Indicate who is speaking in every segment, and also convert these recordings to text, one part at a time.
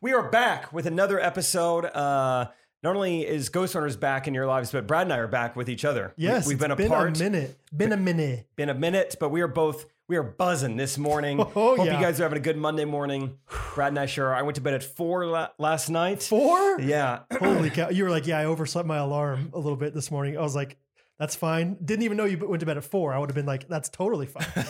Speaker 1: We are back with another episode. Uh, not only is Ghost Runners back in your lives, but Brad and I are back with each other. We-
Speaker 2: Yes,
Speaker 1: we've
Speaker 2: it's
Speaker 1: been apart,
Speaker 2: Been a minute. Been a minute.
Speaker 1: been a minute, but we are both we are buzzing this morning.
Speaker 2: Oh,
Speaker 1: Hope
Speaker 2: yeah.
Speaker 1: you guys are having a good Monday morning. Brad and I sure. are. I went to bed at four la- last night.
Speaker 2: Four.
Speaker 1: Yeah,
Speaker 2: Holy cow! You were like, yeah, I overslept my alarm a little bit this morning. I was like, that's fine. Didn't even know you went to bed at four. I would have been like, that's totally fine.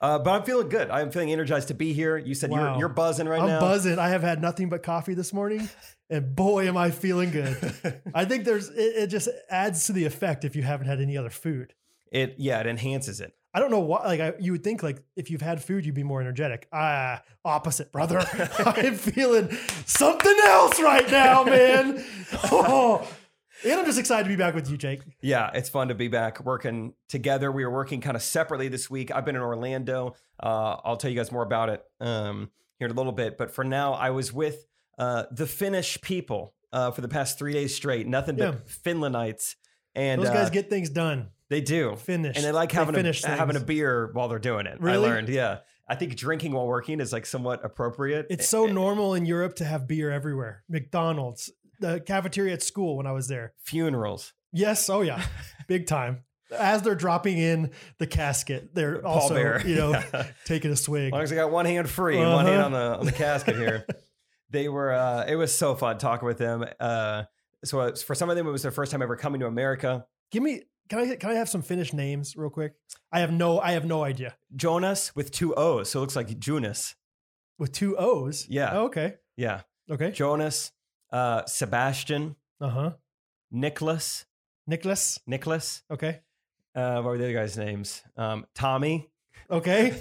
Speaker 1: uh, but I'm feeling good. I'm feeling energized to be here. You said
Speaker 2: Wow.
Speaker 1: you're you're buzzing right
Speaker 2: I'm
Speaker 1: now.
Speaker 2: buzzing. I have had nothing but coffee this morning, and boy, am I feeling good. I think there's it, it just adds to the effect if you haven't had any other food.
Speaker 1: It yeah, it enhances it.
Speaker 2: I don't know why. Like I, you would think, like if you've had food, you'd be more energetic. Ah, opposite, brother. I'm feeling something else right now, man. Oh, and I'm just excited to be back with you, Jake.
Speaker 1: Yeah, it's fun to be back working together. We were working kind of separately this week. I've been in Orlando. Uh, I'll tell you guys more about it um, here in a little bit. But for now, I was with uh, the Finnish people uh, for the past three days straight. Nothing
Speaker 2: Yeah.
Speaker 1: but Finlandites, and
Speaker 2: Those guys
Speaker 1: uh,
Speaker 2: get things done,
Speaker 1: they do,
Speaker 2: finished,
Speaker 1: and they like having
Speaker 2: finish
Speaker 1: a, having a
Speaker 2: things.
Speaker 1: beer while they're doing it.
Speaker 2: Really?
Speaker 1: I learned. Yeah, I think drinking while working is like somewhat appropriate.
Speaker 2: It's so normal in Europe to have beer everywhere. McDonald's, the cafeteria at school when I was there.
Speaker 1: funerals.
Speaker 2: Yes, oh yeah, big time. As they're dropping in the casket, they're also
Speaker 1: Pallbearer.
Speaker 2: you know
Speaker 1: Yeah.
Speaker 2: taking a swig.
Speaker 1: As long as I got one hand free and one
Speaker 2: Uh-huh.
Speaker 1: hand on the, on the casket here. they were, uh, it was so fun talking with them. Uh, so it's- for some of them, it was their first time ever coming to America.
Speaker 2: Give me, can I can I have some Finnish names real quick? I have no, I have no idea.
Speaker 1: Jonas with two O's. So it looks like Jonas.
Speaker 2: With two O's.
Speaker 1: Yeah.
Speaker 2: Oh, okay.
Speaker 1: Yeah.
Speaker 2: Okay.
Speaker 1: Jonas, uh, Sebastian,
Speaker 2: Uh huh.
Speaker 1: Nicholas,
Speaker 2: Nicholas.
Speaker 1: Nicholas.
Speaker 2: Okay.
Speaker 1: Uh, what were the other guys' names? Um, Tommy.
Speaker 2: Okay.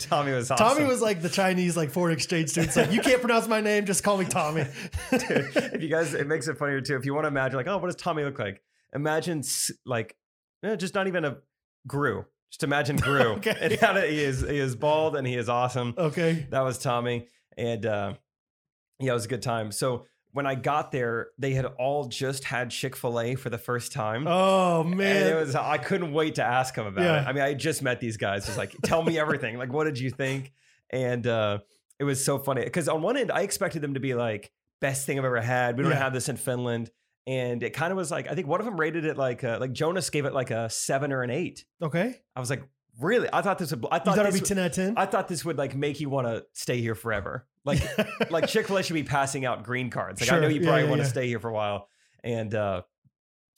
Speaker 1: Tommy was awesome.
Speaker 2: Tommy was like the Chinese like foreign exchange student. It's like you can't pronounce my name, just call me Tommy.
Speaker 1: Dude, if you guys, it makes it funnier too. If you want to imagine, like, oh, what does Tommy look like? Imagine s- like, eh, just not even a Gru. Just imagine Gru.
Speaker 2: Okay. Oh.
Speaker 1: And how to- he is he is bald and he is awesome.
Speaker 2: okay.
Speaker 1: That was Tommy, and uh, yeah, it was a good time. So when I got there, they had all just had Chick Fil A for the first time.
Speaker 2: Oh
Speaker 1: And it
Speaker 2: man.
Speaker 1: was I couldn't wait to ask him about
Speaker 2: Yeah.
Speaker 1: it. I mean, I had just met these guys. Just like, tell me everything. Like, what did you think? And uh, it was so funny because on one end, I expected them to be like best thing I've ever had. We don't
Speaker 2: Yeah.
Speaker 1: have this in Finland, and it kind of was like I think one of them rated it like uh, like Jonas gave it like a seven or an eight.
Speaker 2: okay.
Speaker 1: I was like, really? I thought this would. I
Speaker 2: You
Speaker 1: thought,
Speaker 2: thought it'd
Speaker 1: this
Speaker 2: be ten out of ten?
Speaker 1: would- I thought this would like make you want to stay here forever. Like like Chick Fil A should be passing out green cards. Like I
Speaker 2: Sure.
Speaker 1: know you
Speaker 2: Yeah,
Speaker 1: probably
Speaker 2: yeah,
Speaker 1: want to
Speaker 2: yeah.
Speaker 1: stay here for a while, and uh,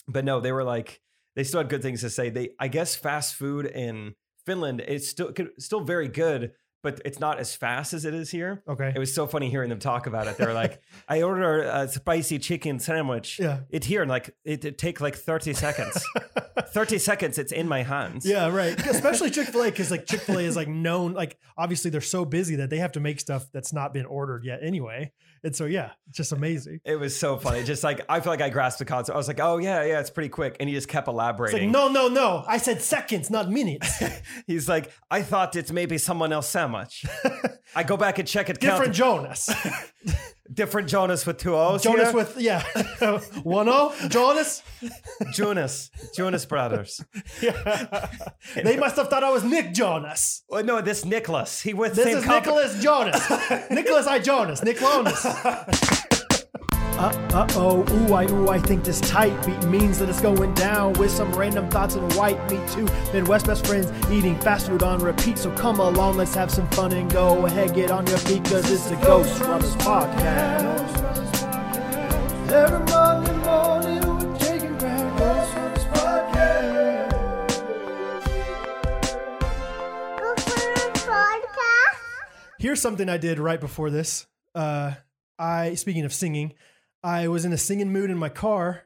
Speaker 1: but no, they were like they still had good things to say. They I guess fast food in Finland it's still could- still very good, but it's not as fast as it is here.
Speaker 2: okay.
Speaker 1: It was so funny hearing them talk about it. They were like, "I ordered a spicy chicken sandwich.
Speaker 2: Yeah.
Speaker 1: It's here, and like it, it take like thirty seconds. thirty seconds. It's in my hands.
Speaker 2: Yeah, right. Especially Chick Fil A, because like Chick Fil A is like known, like obviously they're so busy that they have to make stuff that's not been ordered yet anyway. And so yeah, it's just amazing.
Speaker 1: It was so funny. Just like I feel like I grasped the concept. I was like, "Oh yeah, yeah, it's pretty quick," and he just kept
Speaker 2: It's like
Speaker 1: elaborating.
Speaker 2: no, no, no. I said seconds, not minutes.
Speaker 1: He's like, I thought it's maybe someone else sandwich. I go back and check it.
Speaker 2: Different
Speaker 1: Different,
Speaker 2: Jonas.
Speaker 1: different Jonas with two O's.
Speaker 2: Jonas
Speaker 1: here.
Speaker 2: with yeah, one O. Jonas.
Speaker 1: Jonas, Jonas Brothers.
Speaker 2: Yeah. They must have thought I was Nick Jonas.
Speaker 1: Oh, no, this Nicholas. He with
Speaker 2: This
Speaker 1: same
Speaker 2: is
Speaker 1: comp-
Speaker 2: Nicholas Jonas. Nicholas I Jonas. Nick Jonas. Uh oh, ooh, I ooh, I think this tight beat means that it's going down with some random thoughts and white meat too. Midwest best friends eating fast food on repeat, so come along, let's have some fun and go ahead, get on your feet, cause it's the Ghost Runners Podcast. Every Monday morning we're taking back Ghost Runners Podcast. Here's something I did right before this. Uh, I speaking of singing, I was in a singing mood in my car.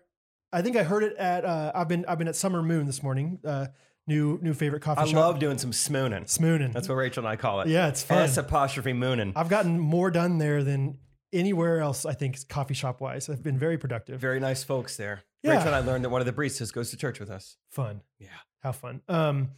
Speaker 2: I think I heard it at uh, I've been I've been at Summer Moon this morning. Uh, new new favorite coffee
Speaker 1: I
Speaker 2: shop.
Speaker 1: love doing some smooning.
Speaker 2: Smoonin.
Speaker 1: That's what Rachel and I call it.
Speaker 2: yeah, it's fun.
Speaker 1: S apostrophe mooning.
Speaker 2: I've gotten more done there than anywhere else. I think coffee shop wise, I've been very productive.
Speaker 1: Very nice folks there.
Speaker 2: Yeah.
Speaker 1: Rachel and I learned that one of the baristas goes to church with us.
Speaker 2: fun.
Speaker 1: Yeah.
Speaker 2: how fun. Um,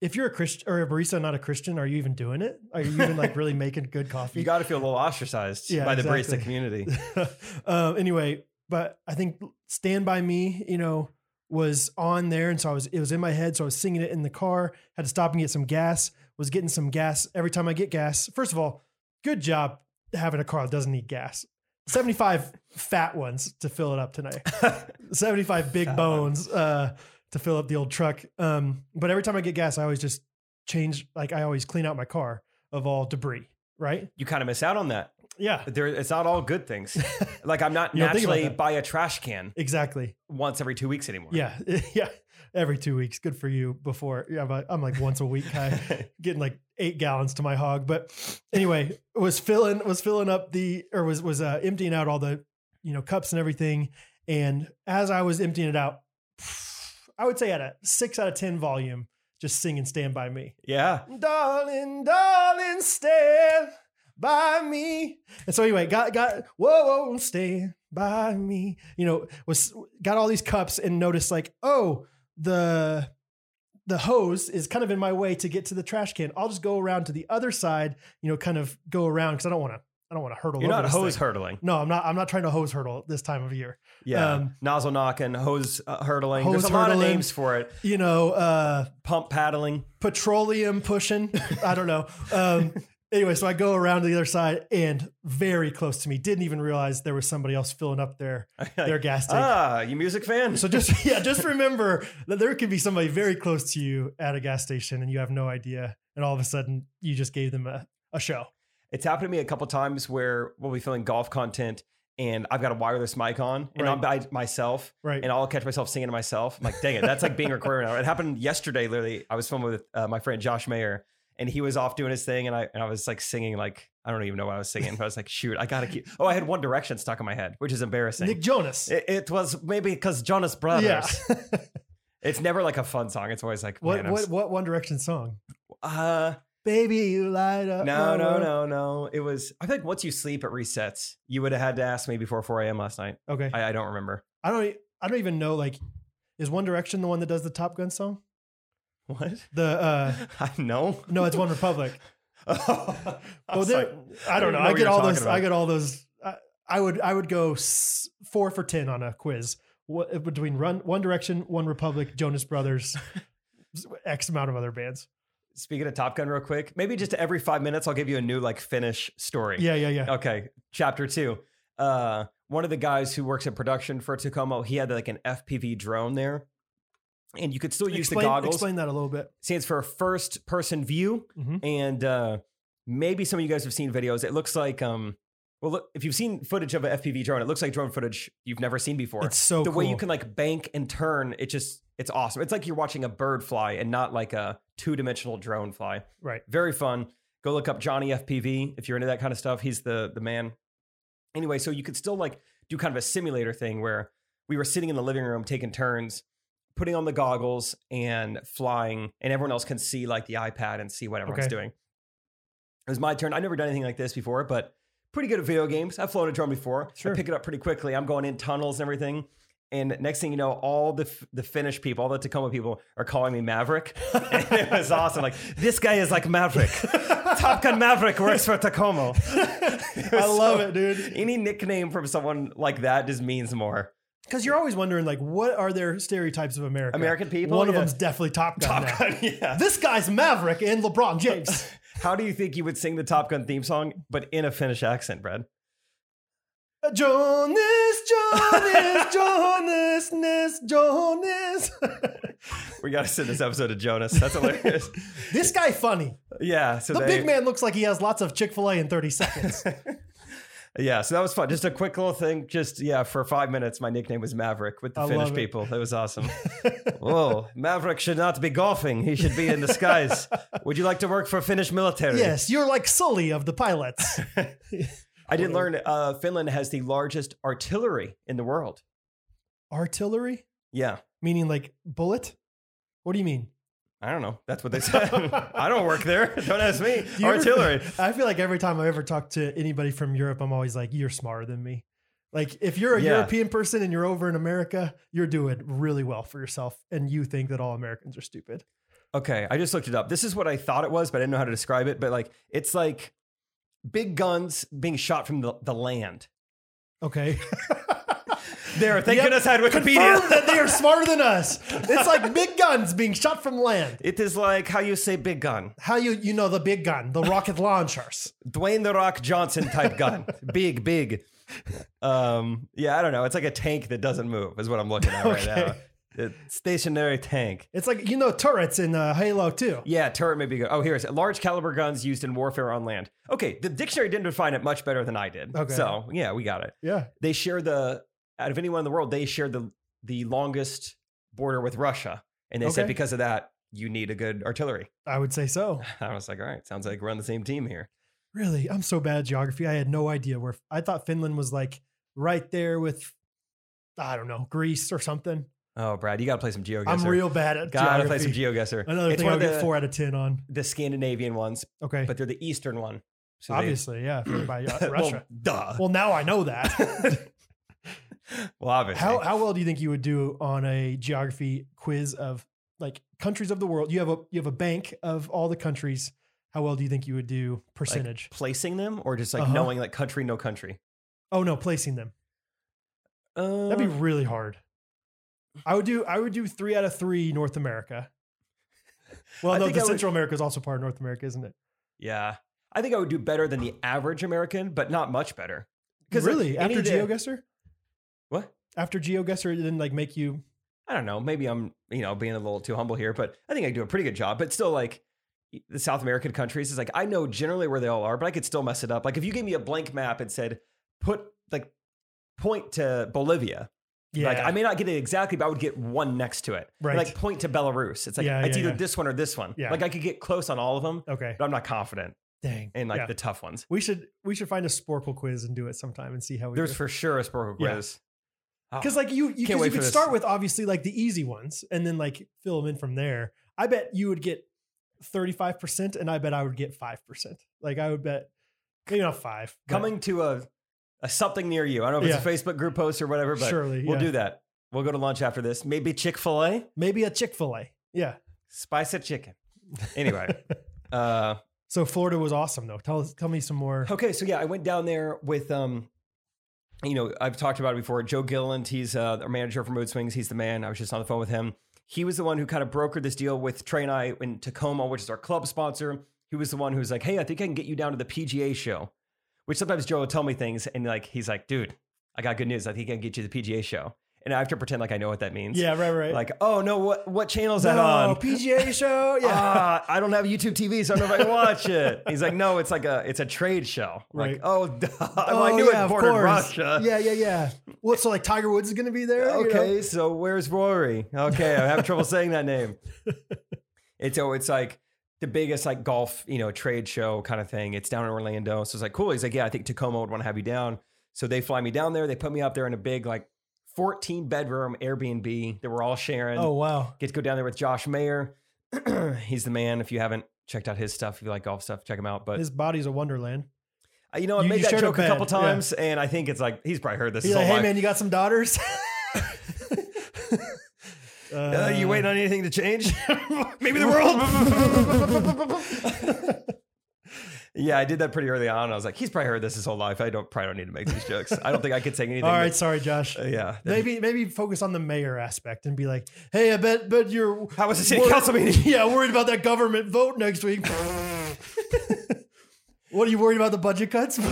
Speaker 2: if you're a Christian or a barista, not a Christian, are you even doing it? Are you even like really making good coffee?
Speaker 1: You got to feel a little ostracized
Speaker 2: Yeah,
Speaker 1: by the
Speaker 2: exactly.
Speaker 1: barista community.
Speaker 2: um, anyway, but I think Stand By Me, you know, was on there. And so I was, it was in my head. So I was singing it in the car, had to stop and get some gas, was getting some gas every time I get gas. First of all, good job having a car that doesn't need gas. 75 fat ones to fill it up tonight. 75 big
Speaker 1: Fat
Speaker 2: bones uh, to fill up the old truck. Um, but every time I get gas, I always just change, like, I always clean out my car of all debris, right?
Speaker 1: You kind of miss out on that.
Speaker 2: Yeah,
Speaker 1: There, it's not all good things. like I'm not
Speaker 2: You don't think about
Speaker 1: naturally
Speaker 2: that.
Speaker 1: buy a trash can
Speaker 2: exactly.
Speaker 1: once every two weeks anymore.
Speaker 2: Yeah, yeah. Every two weeks. Good for you. Before, yeah, but I'm like once a week guy, getting like eight gallons to my hog. But anyway, was filling was filling up the or was was uh, emptying out all the you know cups and everything. And as I was emptying it out, I would say at a six out of ten volume, just singing "Stand by Me."
Speaker 1: yeah.
Speaker 2: Darling, darling, stand by me. And so anyway, got got whoa, whoa, stand by me. You know, was got all these cups and noticed like, oh, the the hose is kind of in my way to get to the trash can. I'll just go around to the other side. You know, kind of go around because I don't want to. I don't want to hurdle.
Speaker 1: You're
Speaker 2: over
Speaker 1: not
Speaker 2: this
Speaker 1: hose
Speaker 2: thing.
Speaker 1: hurdling.
Speaker 2: No, I'm not. I'm not trying to hose hurdle this time of year.
Speaker 1: Yeah.
Speaker 2: Um,
Speaker 1: Nozzle knocking, hose uh, hurdling.
Speaker 2: Hose
Speaker 1: There's a lot of
Speaker 2: hurdling.
Speaker 1: names for it.
Speaker 2: You know, uh,
Speaker 1: Pump paddling.
Speaker 2: petroleum pushing. I don't know. Um, anyway, so I go around to the other side and very close to me. Didn't even realize there was somebody else filling up their their gas tank.
Speaker 1: ah, you music fan?
Speaker 2: so just yeah, just remember that there could be somebody very close to you at a gas station and you have no idea, and all of a sudden you just gave them a, a show.
Speaker 1: It's happened to me a couple times where we'll be filming golf content and I've got a wireless mic on and I'm by myself
Speaker 2: Right.
Speaker 1: and I'll catch myself singing to myself. I'm like, dang it, that's like being recorded now. It happened yesterday, literally. I was filming with uh, my friend Josh Mayer and he was off doing his thing and I, and I was like singing, like, I don't even know what I was singing, but I was like, shoot, I gotta keep. Oh, I had One Direction stuck in my head, which is embarrassing.
Speaker 2: Nick Jonas.
Speaker 1: it, it was maybe because Jonas Brothers.
Speaker 2: yeah.
Speaker 1: It's never like a fun song. It's always like,
Speaker 2: what
Speaker 1: man, I'm
Speaker 2: what
Speaker 1: s-
Speaker 2: what One Direction song?
Speaker 1: uh,
Speaker 2: Baby, you light up.
Speaker 1: No,
Speaker 2: my
Speaker 1: no,
Speaker 2: world.
Speaker 1: no, no. It was. I feel like once you sleep, it resets. You would have had to ask me before 4 a.m. last night.
Speaker 2: Okay.
Speaker 1: I, I don't remember.
Speaker 2: I don't. e- I don't even know. Like, is One Direction the one that does the Top Gun song?
Speaker 1: What?
Speaker 2: The uh,
Speaker 1: I know.
Speaker 2: no, it's One Republic.
Speaker 1: I
Speaker 2: Well,
Speaker 1: was
Speaker 2: there,
Speaker 1: like,
Speaker 2: I don't
Speaker 1: I didn't know
Speaker 2: know. I
Speaker 1: what
Speaker 2: get
Speaker 1: you were
Speaker 2: all
Speaker 1: talking
Speaker 2: those. I
Speaker 1: about.
Speaker 2: get all those. I, I would. I would go s- four for ten on a quiz. What between Run, One Direction, One Republic, Jonas Brothers, X amount of other bands.
Speaker 1: speaking of Top Gun, real quick, maybe just every five minutes, I'll give you a new like finish story.
Speaker 2: Yeah, yeah, yeah.
Speaker 1: Okay. Chapter two. Uh, one of the guys who works in production for Tacoma, he had like an FPV drone there, and you could still use
Speaker 2: explain,
Speaker 1: the goggles.
Speaker 2: explain that a little bit.
Speaker 1: stands for first person view
Speaker 2: Mhm.
Speaker 1: and uh maybe some of you guys have seen videos it looks like um well look, if you've seen footage of an fpv drone it looks like drone footage you've never seen before
Speaker 2: It's so
Speaker 1: the
Speaker 2: cool.
Speaker 1: way you can like bank and turn it just it's awesome it's like you're watching a bird fly and not like a two-dimensional drone fly
Speaker 2: Right.
Speaker 1: very fun go look up johnny fpv if you're into that kind of stuff he's the the man anyway so you could still like do kind of a simulator thing where we were sitting in the living room taking turns putting on the goggles and flying and everyone else can see like the ipad and see what everyone's
Speaker 2: Okay.
Speaker 1: doing it was my turn i've never done anything like this before but pretty good at video games i've flown a drone before
Speaker 2: Sure.
Speaker 1: i pick it up pretty quickly i'm going in tunnels and everything and next thing you know all the F- the finnish people all the tacoma people are calling me maverick and it was awesome like this guy is like maverick top gun maverick works for tacoma
Speaker 2: I love
Speaker 1: so-
Speaker 2: it, dude.
Speaker 1: any nickname from someone like that just means more.
Speaker 2: Because you're always wondering, like, what are their stereotypes of America?
Speaker 1: American people,
Speaker 2: One of
Speaker 1: yeah.
Speaker 2: them's definitely Top Gun. now.
Speaker 1: yeah.
Speaker 2: This guy's Maverick and LeBron James.
Speaker 1: How do you think you would sing the Top Gun theme song, but in a Finnish accent, Brad?
Speaker 2: Jonas, Jonas, Jonas, Ness, Jonas.
Speaker 1: We got to send this episode to Jonas. That's hilarious.
Speaker 2: this guy funny.
Speaker 1: yeah. So
Speaker 2: The
Speaker 1: they,
Speaker 2: big man looks like he has lots of Chick Fil A in thirty seconds.
Speaker 1: Yeah. So that was fun. Just a quick little thing. Just yeah, for five minutes, my nickname was Maverick with the
Speaker 2: I
Speaker 1: Finnish
Speaker 2: love it.
Speaker 1: people. That was awesome. Whoa, Maverick should not be golfing. He should be in the skies. would you like to work for Finnish military?
Speaker 2: yes, you're like Sully of the pilots.
Speaker 1: I did learn uh, Finland has the largest artillery in the world.
Speaker 2: Artillery,
Speaker 1: Yeah.
Speaker 2: meaning like bullet. What do you mean?
Speaker 1: I don't know. That's what they said. I don't work there. Don't ask me.
Speaker 2: Do you ever-
Speaker 1: Artillery.
Speaker 2: I feel like every time I ever talk to anybody from Europe, I'm always like, "You're smarter than me." Like if you're a
Speaker 1: Yeah.
Speaker 2: European person and you're over in America, you're doing really well for yourself, and you think that all Americans are stupid.
Speaker 1: Okay, I just looked it up. This is what I thought it was, but I didn't know how to describe it. But like, it's like big guns being shot from the, the land.
Speaker 2: Okay.
Speaker 1: There, thank
Speaker 2: Yep.
Speaker 1: goodness I had
Speaker 2: confirm
Speaker 1: Wikipedia.
Speaker 2: that they are smarter than us. It's like big guns being shot from land.
Speaker 1: It is like how you say big gun,
Speaker 2: How you you know the big gun, the rocket launchers?
Speaker 1: Dwayne the Rock Johnson type gun, big, big. Um, yeah, I don't know. It's like a tank that doesn't move is what I'm looking at right
Speaker 2: Okay.
Speaker 1: now. It's stationary tank.
Speaker 2: It's like you know turrets in uh, Halo 2.
Speaker 1: Yeah, turret may be good. Oh, here it is. Large caliber guns used in warfare on land. Okay, the dictionary didn't define it much better than I did.
Speaker 2: Okay.
Speaker 1: So yeah, we got it.
Speaker 2: Yeah.
Speaker 1: They share the out of anyone in the world, they share the the longest border with Russia, and they said
Speaker 2: Okay.
Speaker 1: because of that, you need a good artillery.
Speaker 2: I would say so.
Speaker 1: I was like, all right, sounds like we're on the same team here.
Speaker 2: Really, I'm so bad at geography. I had no idea where I thought Finland was like right there with I don't know, Greece or something.
Speaker 1: Oh, Brad, you got to play some GeoGuessr.
Speaker 2: I'm real bad at
Speaker 1: Gotta
Speaker 2: geography.
Speaker 1: play some GeoGuessr.
Speaker 2: Another
Speaker 1: it's
Speaker 2: thing I
Speaker 1: one
Speaker 2: would
Speaker 1: of the,
Speaker 2: get 4 out of 10 on.
Speaker 1: the Scandinavian ones,
Speaker 2: Okay.
Speaker 1: but they're the eastern one. So they-
Speaker 2: Obviously, yeah, for- by uh,
Speaker 1: Well,
Speaker 2: Russia.
Speaker 1: duh.
Speaker 2: Well, now I know that.
Speaker 1: Well, obviously.
Speaker 2: how how well do you think you would do on a geography quiz of like countries of the world? You have a you have a bank of all the countries. How well do you think you would do percentage?
Speaker 1: placing them or just like
Speaker 2: Uh-huh.
Speaker 1: knowing like country no country
Speaker 2: oh no, placing them.
Speaker 1: uh,
Speaker 2: That'd be really hard. I would do I would do three out of three North America. Well,
Speaker 1: I
Speaker 2: no,
Speaker 1: think
Speaker 2: the
Speaker 1: I would-
Speaker 2: Central America is also part of North America, isn't it?
Speaker 1: yeah i think i would do better than the average american but not much better like,
Speaker 2: really,
Speaker 1: any
Speaker 2: after
Speaker 1: day-
Speaker 2: GeoGuessr,
Speaker 1: what
Speaker 2: after GeoGuessr, it didn't like make you.
Speaker 1: i don't know maybe i'm you know being a little too humble here but i think i do a pretty good job but still like the south american countries is like i know generally where they all are but i could still mess it up like if you gave me a blank map and said put like point to bolivia
Speaker 2: Yeah,
Speaker 1: Like I may not get it exactly, but I would get one next to it.
Speaker 2: Right.
Speaker 1: Like point to Belarus. It's like
Speaker 2: Yeah,
Speaker 1: it's
Speaker 2: yeah,
Speaker 1: either
Speaker 2: yeah.
Speaker 1: this one or this one.
Speaker 2: Yeah.
Speaker 1: Like I could get close on all of them,
Speaker 2: okay,
Speaker 1: but I'm not confident
Speaker 2: dang,
Speaker 1: in like
Speaker 2: Yeah.
Speaker 1: the tough ones.
Speaker 2: we should we should find a Sporkle quiz and do it sometime and see how we
Speaker 1: There's
Speaker 2: do.
Speaker 1: for sure a Sporkle
Speaker 2: Yeah.
Speaker 1: quiz.
Speaker 2: because like you you,
Speaker 1: Oh, Can't
Speaker 2: 'cause
Speaker 1: wait
Speaker 2: you
Speaker 1: for
Speaker 2: could
Speaker 1: this.
Speaker 2: start with obviously like the easy ones and then like fill them in from there. I bet you would get thirty five percent, and I bet I would get five percent. Like I would bet maybe not five. but
Speaker 1: Coming to a, a something near you. I don't know if it's a Facebook group post or whatever, but
Speaker 2: surely
Speaker 1: we'll
Speaker 2: yeah.
Speaker 1: do that. We'll go to lunch after this. Maybe Chick fil A,
Speaker 2: Maybe a Chick fil A. Yeah.
Speaker 1: spice it chicken. Anyway. uh,
Speaker 2: So Florida was awesome though. Tell us, tell me some more.
Speaker 1: Okay, so yeah, I went down there with um, you know, I've talked about it before. Joe Gilland, he's uh, our manager for Mood Swings. He's the man. I was just on the phone with him. He was the one who kind of brokered this deal with Trey and I in Tacoma, which is our club sponsor. He was the one who was like, "Hey, I think I can get you down to the PGA show," which sometimes Joe will tell me things, and like he's like, "Dude, I got good news. I think I can get you to the PGA show," and I have to pretend like I know what that means.
Speaker 2: Yeah, right, right.
Speaker 1: Like, oh no, what what channel is
Speaker 2: no,
Speaker 1: that on?
Speaker 2: PGA show. Yeah.
Speaker 1: ah, I don't have YouTube TV, so I don't know if I can watch it. He's like, no, it's like a it's a trade show. I'm
Speaker 2: Right.
Speaker 1: Like, oh, duh. well, I
Speaker 2: Oh,
Speaker 1: knew
Speaker 2: yeah,
Speaker 1: it
Speaker 2: of
Speaker 1: bordered
Speaker 2: course.
Speaker 1: Russia.
Speaker 2: Yeah, yeah, yeah. What? So like Tiger Woods is gonna be there? you know?
Speaker 1: Okay, so where's Rory? Okay, I'm having trouble saying that name. It's oh, it's like the biggest like golf, you know, trade show kind of thing. It's down in Orlando. So it's like cool. He's like, yeah, I think Tacoma would want to have you down. So they fly me down there. They put me up there in a big like 14 bedroom Airbnb that we're all sharing.
Speaker 2: Oh wow.
Speaker 1: Get to go down there with Josh Mayer. He's the man. If you haven't checked out his stuff, if you like golf stuff, check him out. But
Speaker 2: His body's a wonderland.
Speaker 1: Uh, You know, I
Speaker 2: You-
Speaker 1: made
Speaker 2: you
Speaker 1: that
Speaker 2: shared a
Speaker 1: joke a, couple
Speaker 2: bed, yeah.
Speaker 1: times, and I think it's like he's probably heard this.
Speaker 2: He's
Speaker 1: His
Speaker 2: like,
Speaker 1: whole
Speaker 2: hey
Speaker 1: life.
Speaker 2: man, you got some daughters?
Speaker 1: Uh, you waiting on anything to change? Maybe the world. yeah, I did that pretty early on. I was like, he's probably heard this his whole life. I don't probably don't need to make these jokes. I don't think I could say anything.
Speaker 2: All right, sorry, Josh.
Speaker 1: that- uh, yeah.
Speaker 2: Maybe maybe focus on the mayor aspect and be like, hey, I bet bet you're
Speaker 1: How was the city
Speaker 2: Wor-
Speaker 1: council meeting?
Speaker 2: Yeah, worried about that government vote next week. what are you worried about the budget cuts?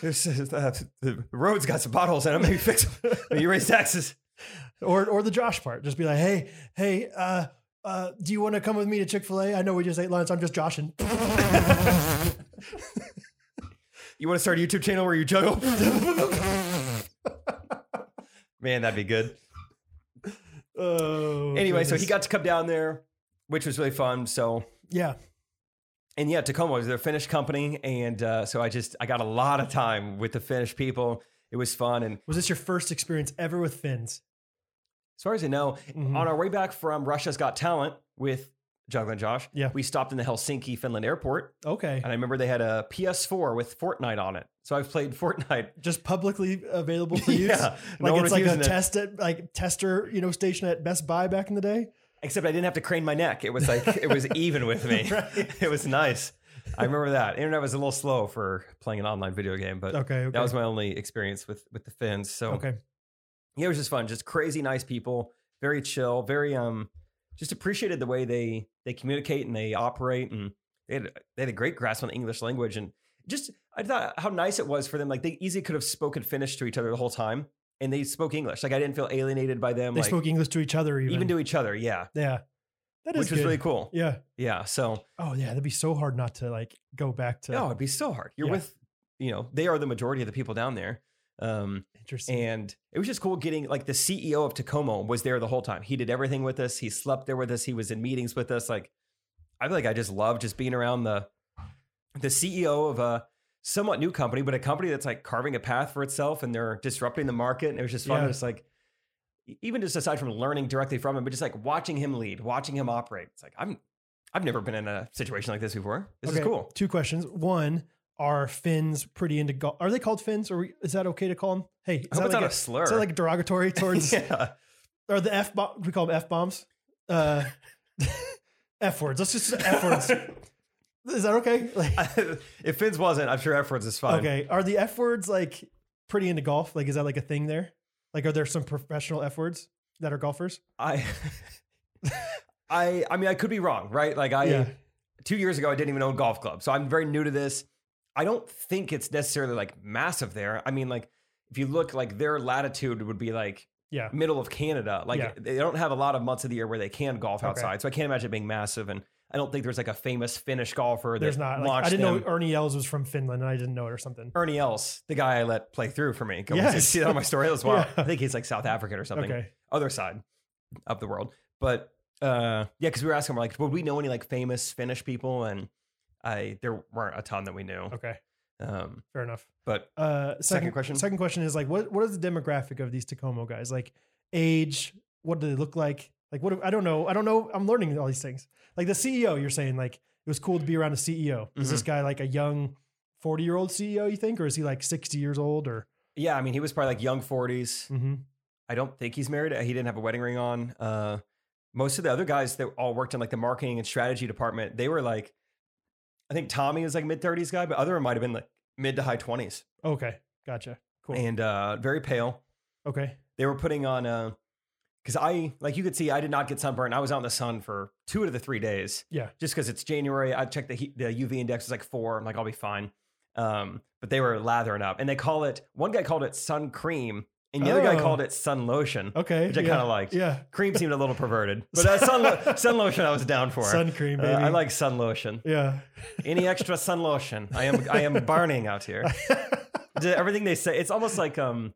Speaker 1: This is, uh, the road's got some potholes in it. Maybe fix them. Maybe you raise taxes.
Speaker 2: or or the Josh part. Just be like, hey, hey, uh, uh, do you want to come with me to Chick Fil A? I know we just ate lunch. I'm just joshing.
Speaker 1: You want to start a YouTube channel where you juggle? Man, that'd be good.
Speaker 2: Oh,
Speaker 1: Anyway, so
Speaker 2: goodness.
Speaker 1: he got to come down there, which was really fun. So
Speaker 2: yeah.
Speaker 1: and yeah, Tacoma was their Finnish company, and uh, so I just I got a lot of time with the Finnish people. It was fun, and
Speaker 2: Was this your first experience ever with Finns?
Speaker 1: as far as I know,
Speaker 2: Mhm.
Speaker 1: on our way back from Russia's Got Talent with Juggling Josh,
Speaker 2: Yeah.
Speaker 1: we stopped in the Helsinki, Finland airport,
Speaker 2: Okay,
Speaker 1: and I remember they had a PS4 with Fortnite on it, so I've played Fortnite.
Speaker 2: just publicly available for use.
Speaker 1: yeah, no one
Speaker 2: Like it's
Speaker 1: was
Speaker 2: like a
Speaker 1: using it,
Speaker 2: test at like tester, you know, station at Best Buy back in the day.
Speaker 1: except I didn't have to crane my neck. It was like it was even with me.
Speaker 2: Right.
Speaker 1: It was nice. I remember that. Internet was a little slow for playing an online video game, but
Speaker 2: Okay, okay,
Speaker 1: that was my only experience with with the Finns. So
Speaker 2: okay.
Speaker 1: yeah, it was just fun. Just crazy nice people, very chill, very um, just appreciated the way they they communicate and they operate, and they had they had a great grasp on the English language. And just I thought how nice it was for them. Like they easily could have spoken Finnish to each other the whole time, and they spoke English. Like I didn't feel alienated by them.
Speaker 2: They
Speaker 1: like,
Speaker 2: spoke English to each other, even.
Speaker 1: even. to each other. Yeah,
Speaker 2: yeah, that is
Speaker 1: which was
Speaker 2: good.
Speaker 1: really cool.
Speaker 2: Yeah.
Speaker 1: Yeah, so
Speaker 2: Oh yeah, that'd be so hard not to like go back to.
Speaker 1: oh, it'd be so hard. You're
Speaker 2: Yeah.
Speaker 1: with, you know, they are the majority of the people down there. Um,
Speaker 2: interesting.
Speaker 1: and it was just cool getting like the CEO of Tacoma was there the whole time. He did everything with us. He slept there with us. He was in meetings with us. Like I feel like I just love just being around the the CEO of a somewhat new company, but a company that's like carving a path for itself and they're disrupting the market. And it was just fun,
Speaker 2: Yeah.
Speaker 1: just like e, even just aside from learning directly from him, but just like watching him lead, watching him operate. It's like I'm I've never been in a situation like this before. This
Speaker 2: Okay,
Speaker 1: is cool.
Speaker 2: Two questions. One, are Finns pretty into golf? Are they called Finns, or is that okay to call them? Hey, is
Speaker 1: I hope
Speaker 2: that
Speaker 1: it's not
Speaker 2: like a-
Speaker 1: a slur.
Speaker 2: is that like derogatory towards?
Speaker 1: yeah.
Speaker 2: Or the f bomb? We call them f bombs. Uh, f words. Let's just f words. Is that okay? Like,
Speaker 1: if Finn's wasn't, I'm sure F words is fine.
Speaker 2: uh, okay. Are the f words like pretty into golf? Like, is that like a thing there? Like, are there some professional f words that are golfers?
Speaker 1: I I I mean I could be wrong, right? Like I uh,
Speaker 2: Yeah.
Speaker 1: two years ago I didn't even own golf club. So I'm very new to this. I don't think it's necessarily like massive there. I mean, like if you look like their latitude would be like
Speaker 2: Yeah.
Speaker 1: middle of Canada. Like
Speaker 2: Yeah.
Speaker 1: they don't have a lot of months of the year where they can golf
Speaker 2: Okay.
Speaker 1: outside. So I can't imagine it being massive. And I don't think there's like a famous Finnish golfer that
Speaker 2: There's not. Like,
Speaker 1: launched
Speaker 2: I didn't
Speaker 1: them.
Speaker 2: know Ernie Els was from Finland, and I didn't know it or something.
Speaker 1: Ernie Els, the guy I let play through for me. Go
Speaker 2: Yes.
Speaker 1: see that on my story. That was wild.
Speaker 2: Yeah.
Speaker 1: I think he's like South African or something
Speaker 2: Okay.
Speaker 1: other side of the world. But uh, yeah, because we were asking, we're like, would we know any like famous Finnish people? And I there weren't a ton that we knew.
Speaker 2: Okay.
Speaker 1: Um,
Speaker 2: Fair enough.
Speaker 1: but
Speaker 2: Uh, second,
Speaker 1: Second question?
Speaker 2: Second question is like, what what is the demographic of these Tacoma guys? Like age, what do they look like? Like what? do- I don't know. I don't know. I'm learning all these things. Like the CEO, you're saying like it was cool to be around a CEO. Is this
Speaker 1: Mm-hmm.
Speaker 2: guy like a young forty year old CEO? You think, or is he like sixty years old? Or
Speaker 1: yeah, I mean, he was probably like young forties.
Speaker 2: Mhm.
Speaker 1: I don't think he's married. He didn't have a wedding ring on. Uh, most of the other guys that all worked in like the marketing and strategy department, they were like, I think Tommy was like mid thirties guy, but other one might have been like mid to high twenties
Speaker 2: okay, gotcha. Cool.
Speaker 1: and uh, very pale.
Speaker 2: okay,
Speaker 1: they were putting on a because I like you could see I did not get sunburned. I was out in the sun for two out of the three days.
Speaker 2: Yeah.
Speaker 1: just because it's January. I checked the heat, the UV index was like four. I'm like I'll be fine. Um, but they were lathering up, and they call it. One guy called it sun cream, and the other guy
Speaker 2: Oh.
Speaker 1: called it sun lotion.
Speaker 2: okay.
Speaker 1: Which I
Speaker 2: yeah.
Speaker 1: kinda liked.
Speaker 2: Yeah,
Speaker 1: Cream seemed a little perverted, but uh, sun, lo- sun lotion I was down for.
Speaker 2: sun cream,
Speaker 1: Uh,
Speaker 2: baby.
Speaker 1: I like sun lotion.
Speaker 2: Yeah.
Speaker 1: Any extra sun lotion? I am I am burning out here. D- everything they say it's almost like um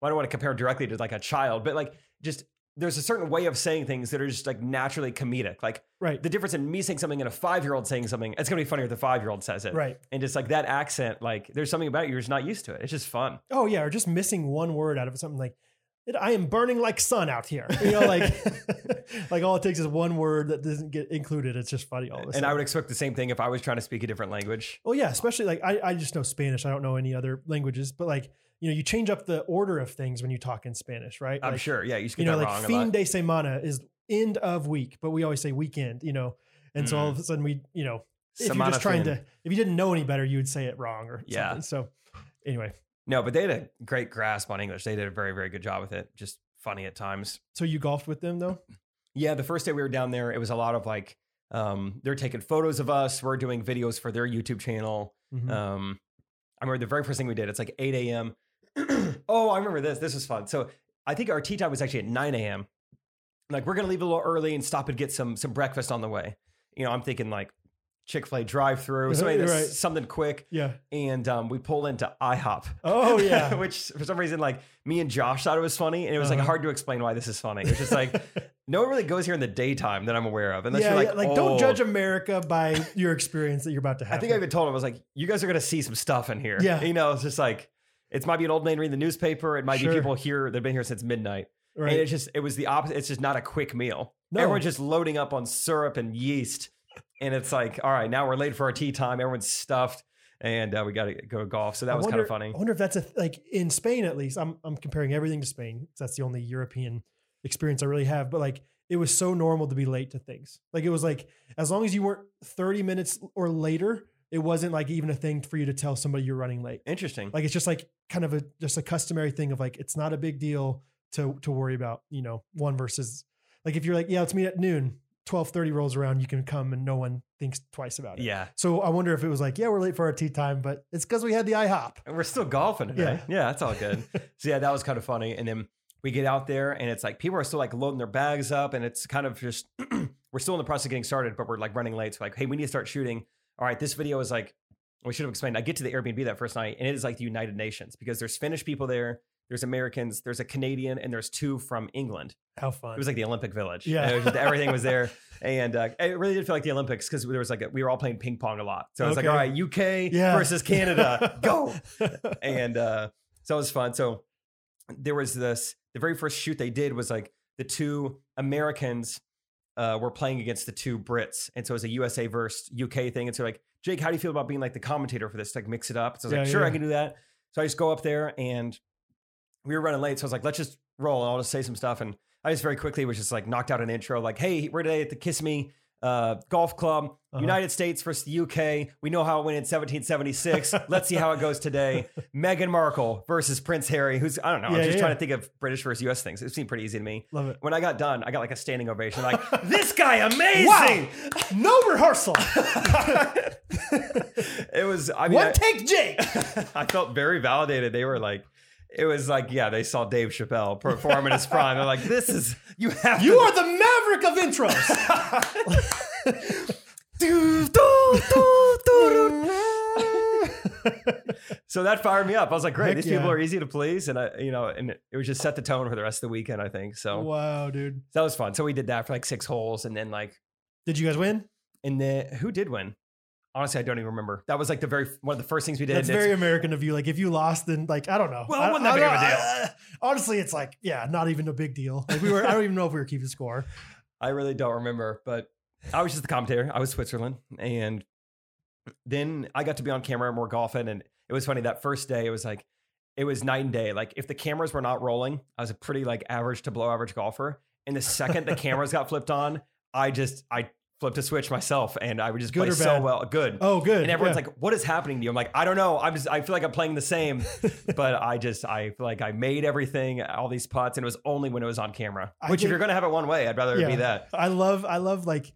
Speaker 1: well, i don't want to compare directly to like a child but like just there's a certain way of saying things that are just like naturally comedic like
Speaker 2: right.
Speaker 1: the difference in me saying something and a five-year-old saying something it's gonna be funnier if the five-year-old says it
Speaker 2: Right.
Speaker 1: and just like that accent like there's something about it you're just not used to it it's just fun
Speaker 2: Oh yeah, or just missing one word out of something like "It- I am burning like sun out here. You know, like like all it takes is one word that doesn't get included. It's just funny all this.
Speaker 1: and i would expect the same thing if i was trying to speak a different language
Speaker 2: Well, yeah, especially like I, I just know Spanish. I don't know any other languages, but like you know, you change up the order of things when you talk in Spanish, right?
Speaker 1: i'm
Speaker 2: Like,
Speaker 1: sure yeah you just get
Speaker 2: You know,
Speaker 1: that
Speaker 2: like
Speaker 1: wrong a
Speaker 2: fin
Speaker 1: lot
Speaker 2: de semana is end of week, but we always say weekend. You know, and so all of a sudden we, you know, if you're
Speaker 1: Mm. Semana
Speaker 2: just trying
Speaker 1: fin.
Speaker 2: to, if you didn't know any better, you would say it wrong or
Speaker 1: Yeah.
Speaker 2: something. So anyway,
Speaker 1: no but they had a great grasp on english they did a very very good job with it just funny at times
Speaker 2: so you golfed with them though.
Speaker 1: Yeah, the first day we were down there, it was a lot of like, um, they're taking photos of us. We're doing videos for their YouTube channel.
Speaker 2: Mhm.
Speaker 1: Um, I remember the very first thing we did. It's like 8 a.m. oh, I remember this. This was fun. So I think our tea time was actually at 9 a.m. Like we're gonna leave a little early and stop and get some some breakfast on the way. You know, I'm thinking like Chick Fil A drive through, something, that's-
Speaker 2: Right.
Speaker 1: something quick.
Speaker 2: yeah.
Speaker 1: And um, we pull into IHOP.
Speaker 2: Oh yeah.
Speaker 1: which for some reason, like me and Josh thought it was funny, and it was like
Speaker 2: Uh-huh.
Speaker 1: hard to explain why this is funny. It's just like no one really goes here in the daytime that I'm aware of, unless
Speaker 2: yeah,
Speaker 1: you're like,
Speaker 2: yeah, don't
Speaker 1: old.
Speaker 2: judge America by your experience that you're about to have.
Speaker 1: I think I even told him I was like, you guys are gonna see some stuff in here.
Speaker 2: Yeah.
Speaker 1: you know, it's just like it might be an old man reading the newspaper. It might
Speaker 2: Sure.
Speaker 1: be people here that've been here since midnight,
Speaker 2: right?
Speaker 1: and it's just it was the opposite. It's just not a quick meal.
Speaker 2: No.
Speaker 1: Everyone's just loading up on syrup and yeast, and it's like, all right, now we're late for our tea time. Everyone's stuffed, and uh, we got to go golf. So that
Speaker 2: I
Speaker 1: was
Speaker 2: wonder,
Speaker 1: kind of funny.
Speaker 2: I wonder if that's a th- like in Spain at least. I'm I'm comparing everything to Spain. 'cause That's the only European experience I really have. But like it was so normal to be late to things. Like it was like as long as you weren't 30 minutes or later, it wasn't like even a thing for you to tell somebody you're running late.
Speaker 1: Interesting.
Speaker 2: Like it's just like kind of a just a customary thing of like it's not a big deal to to worry about, you know, one versus like if you're like, yeah, let's meet at noon, twelve thirty rolls around, you can come and no one thinks twice about it.
Speaker 1: Yeah.
Speaker 2: So I wonder if it was like, yeah, we're late for our tea time, but it's because we had the IHOP.
Speaker 1: And we're still golfing today. Yeah, that's all good. so yeah, that was kind of funny. And then we get out there and it's like people are still like loading their bags up and it's kind of just we're still in the process of getting started, but we're like running late. So like, hey, we need to start shooting. All right, this video is like we should have explained. I get to the Airbnb that first night and it is like the United Nations because there's Finnish people there, there's Americans, there's a Canadian, and there's two from England.
Speaker 2: How fun!
Speaker 1: It was like the Olympic Village.
Speaker 2: Yeah.
Speaker 1: It was just- everything was there, and uh, it really did feel like the Olympics because there was like a, we were all playing ping pong a lot. So it's
Speaker 2: Okay.
Speaker 1: like, all right, UK
Speaker 2: Yeah.
Speaker 1: versus Canada, uh, go! And uh, so it was fun. So there was this. The very first shoot they did was like the two Americans uh, were playing against the two Brits, and so it was a USA versus UK thing. And so like, Jake, how do you feel about being like the commentator for this? Like, mix it up. So I was like,
Speaker 2: Yeah,
Speaker 1: sure, I
Speaker 2: yeah.
Speaker 1: can do that. So I just go up there and we were running late. So I was like, let's just roll and I'll just say some stuff. And I just very quickly was just like knocked out an intro like, hey, we're today at the Kiss Me uh, Golf Club,
Speaker 2: Uh-huh.
Speaker 1: United States versus the UK. We know how it went in 1776. let's see how it goes today. Meghan Markle versus Prince Harry, who's, I don't know,
Speaker 2: Yeah,
Speaker 1: I'm just
Speaker 2: yeah.
Speaker 1: trying to think of British versus US things. It seemed pretty easy to me.
Speaker 2: Love it.
Speaker 1: When I got done, I got like a standing ovation like, this guy amazing.
Speaker 2: No rehearsal.
Speaker 1: It was, I mean, I-
Speaker 2: One take, Jake.
Speaker 1: I felt very validated. They were like, it was like, yeah, they saw Dave Chappelle perform in his prime. They're like, this is you have
Speaker 2: You
Speaker 1: to-
Speaker 2: are the maverick of intros.
Speaker 1: so that fired me up. I was like, great,
Speaker 2: Heck
Speaker 1: these
Speaker 2: yeah.
Speaker 1: people are easy to please, and I, you know, and it was just set the tone for the rest of the weekend. I think so.
Speaker 2: wow, dude.
Speaker 1: That was fun. So we did that for like six holes, and then like,
Speaker 2: Did you guys win?
Speaker 1: and then who did win? Honestly, I don't even remember. That was like the very one of the first things we did.
Speaker 2: That's
Speaker 1: and it's-
Speaker 2: very American of you. Like, if you lost, then like I don't know.
Speaker 1: Well, it
Speaker 2: I,
Speaker 1: wasn't that
Speaker 2: I
Speaker 1: big of
Speaker 2: don't-
Speaker 1: a deal.
Speaker 2: I- I- honestly, it's like yeah, not even a big deal. Like we were. I don't even know if we were keeping score.
Speaker 1: I really don't remember, but I was just the commentator. I was Switzerland, and then I got to be on camera and we're golfing, and it was funny that first day. It was like it was night and day. Like if the cameras were not rolling, I was a pretty like average to below average golfer. And the second the cameras got flipped on, I just I flipped a switch myself, and I would just
Speaker 2: Good
Speaker 1: play
Speaker 2: or
Speaker 1: so
Speaker 2: bad?
Speaker 1: well, good.
Speaker 2: Oh, good.
Speaker 1: And everyone's like, "What is happening to you?" I'm like, "I don't know. I'm just. I feel like I'm playing the same, but I just. I feel like I made everything, all these putts, and it was only when it was on camera.
Speaker 2: I
Speaker 1: Which, if
Speaker 2: think-
Speaker 1: you're gonna have it one way, I'd rather it
Speaker 2: Yeah.
Speaker 1: be that.
Speaker 2: I love. I love like.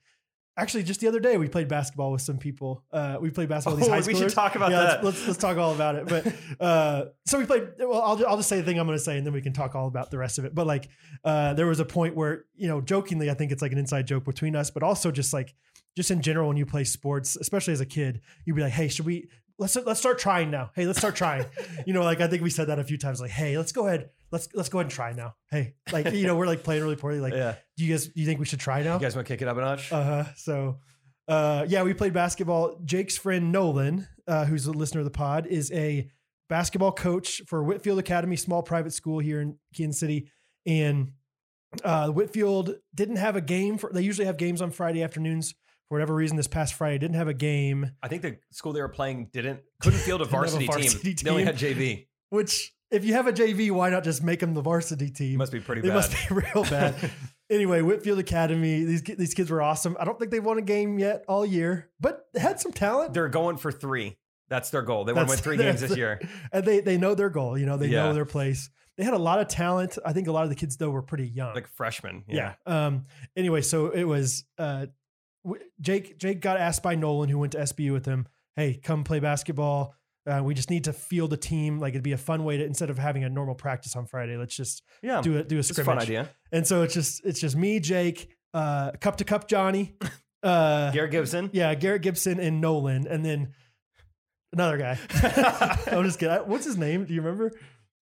Speaker 2: Actually, just the other day we played basketball with some people. Uh, we played basketball with these high
Speaker 1: Oh, we
Speaker 2: schoolers.
Speaker 1: should talk about
Speaker 2: yeah,
Speaker 1: that.
Speaker 2: Let's, let's let's talk all about it. But uh, so we played. Well, I'll ju- I'll just say the thing I'm going to say, and then we can talk all about the rest of it. But like, uh, there was a point where you know, jokingly, I think it's like an inside joke between us, but also just like, just in general, when you play sports, especially as a kid, you'd be like, hey, should we? Let's let's start trying now. Hey, let's start trying. you know, like I think we said that a few times. Like, hey, let's go ahead. Let's let's go ahead and try now. Hey, like you know, we're like playing really poorly. Like,
Speaker 1: yeah,
Speaker 2: do you guys do you think we should try now?
Speaker 1: you guys want to kick it up a notch?
Speaker 2: Uh, so, uh, yeah, we played basketball. Jake's friend Nolan, uh, who's a listener of the pod, is a basketball coach for Whitfield Academy, small private school here in Kansas City, and uh, Whitfield didn't have a game for. They usually have games on Friday afternoons. For whatever reason, this past Friday didn't have a game,
Speaker 1: I think the school they were playing didn't couldn't field a
Speaker 2: Didn't have a
Speaker 1: varsity,
Speaker 2: varsity
Speaker 1: team. They only
Speaker 2: team.
Speaker 1: had JV.
Speaker 2: which. If you have a JV, why not just make them the varsity team?
Speaker 1: It must be pretty
Speaker 2: They
Speaker 1: bad.
Speaker 2: must be real bad. anyway, Whitfield Academy. These ki- these kids were awesome. I don't think they won a game yet all year, but had some talent.
Speaker 1: They're going for three. That's their goal. They want to win
Speaker 2: That's-
Speaker 1: three games this
Speaker 2: that's-
Speaker 1: year.
Speaker 2: And they they know their goal. You know, they know
Speaker 1: Yeah.
Speaker 2: their place. They had a lot of talent. I think a lot of the kids though were pretty young.
Speaker 1: Like freshmen. Yeah.
Speaker 2: yeah. Um. Anyway, so it was. Uh, w- Jake Jake got asked by Nolan, who went to SBU with him. Hey, come play basketball. Uh, we just need to field a team. Like it'd be a fun way to instead of having a normal practice on Friday, let's just
Speaker 1: Yeah.
Speaker 2: do a do a
Speaker 1: it's a fun
Speaker 2: scrimmage.
Speaker 1: idea.
Speaker 2: And so it's just it's just me, Jake, uh, cup to cup Johnny, uh,
Speaker 1: Garrett Gibson.
Speaker 2: yeah, Garrett Gibson and Nolan, and then another guy. I'm just kidding. What's his name? Do you remember?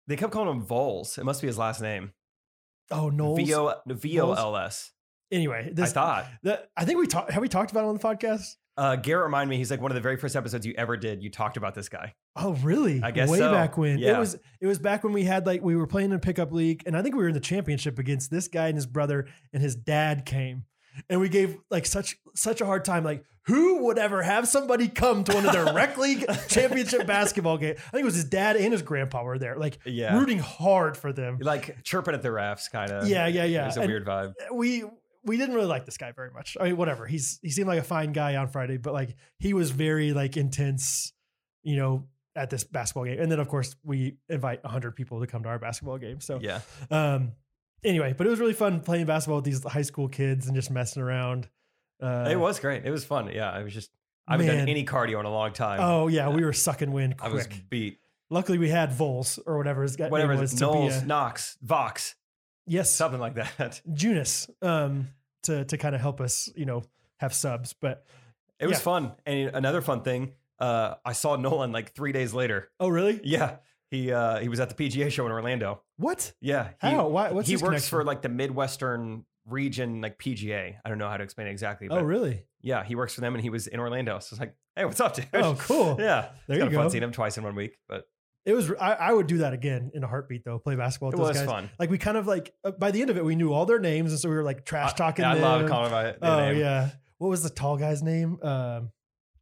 Speaker 1: They kept calling him Vols. It must be his last name.
Speaker 2: Oh, Knowles.
Speaker 1: V O V O L S.
Speaker 2: Anyway,
Speaker 1: I
Speaker 2: this
Speaker 1: thought.
Speaker 2: the, I think we talked. Have we talked about it on the podcast?
Speaker 1: Uh, Garrett reminded me. He's like one of the very first episodes you ever did. You talked about this guy.
Speaker 2: Oh, really?
Speaker 1: I guess
Speaker 2: way
Speaker 1: so.
Speaker 2: back when it
Speaker 1: Yeah.
Speaker 2: was it was back when we had like we were playing in a pickup league, and I think we were in the championship against this guy and his brother, and his dad came, and we gave like such such a hard time. Like, who would ever have somebody come to one of their rec league championship basketball game? I think it was his dad and his grandpa were there, like
Speaker 1: Yeah.
Speaker 2: rooting hard for them.
Speaker 1: Like chirping at the refs, kind of.
Speaker 2: Yeah, yeah, yeah.
Speaker 1: It was a
Speaker 2: And-
Speaker 1: weird vibe.
Speaker 2: we we didn't really like this guy very much. I mean, whatever. He's he seemed like a fine guy on Friday, but like he was very like intense, you know, at this basketball game. And then of course we invite hundred people to come to our basketball game. So
Speaker 1: Yeah.
Speaker 2: um anyway, but it was really fun playing basketball with these high school kids and just messing around. Uh,
Speaker 1: it was great. It was fun. Yeah, I was just I haven't
Speaker 2: Man.
Speaker 1: done any cardio in a long time.
Speaker 2: Oh yeah, we were sucking wind
Speaker 1: I was
Speaker 2: quick.
Speaker 1: beat.
Speaker 2: Luckily, we had Vols or whatever his guy name
Speaker 1: Whatever.
Speaker 2: was to
Speaker 1: Knowles,
Speaker 2: be a,
Speaker 1: Knox, Vox,
Speaker 2: yes
Speaker 1: something like that.
Speaker 2: Junus um, to to kind of help us, you know, have subs. But
Speaker 1: It was
Speaker 2: Yeah.
Speaker 1: fun. And another fun thing, uh, I saw Nolan like three days later.
Speaker 2: oh really?
Speaker 1: Yeah, he uh, he was at the PGA show in Orlando.
Speaker 2: What?
Speaker 1: Yeah, he,
Speaker 2: How? Why? Oh, What's
Speaker 1: he
Speaker 2: his
Speaker 1: works for
Speaker 2: connection?
Speaker 1: like the Midwestern region, like PGA. I don't know how to explain it exactly. But
Speaker 2: Oh really?
Speaker 1: Yeah, he works for them, and he was in Orlando. So it's like, hey, what's up, dude?
Speaker 2: Oh cool.
Speaker 1: Yeah, it's
Speaker 2: There you
Speaker 1: kind of
Speaker 2: go.
Speaker 1: fun seeing him twice in one week, but
Speaker 2: It was. I, I would do that again in a heartbeat though. Play basketball with
Speaker 1: it
Speaker 2: those
Speaker 1: was
Speaker 2: guys.
Speaker 1: fun.
Speaker 2: Like we kind of like uh, by the end of it, we knew all their names, and so we were like trash talking.
Speaker 1: Uh, I, I
Speaker 2: them.
Speaker 1: love calling by their
Speaker 2: Oh
Speaker 1: name.
Speaker 2: yeah. What was the tall guy's name? Um,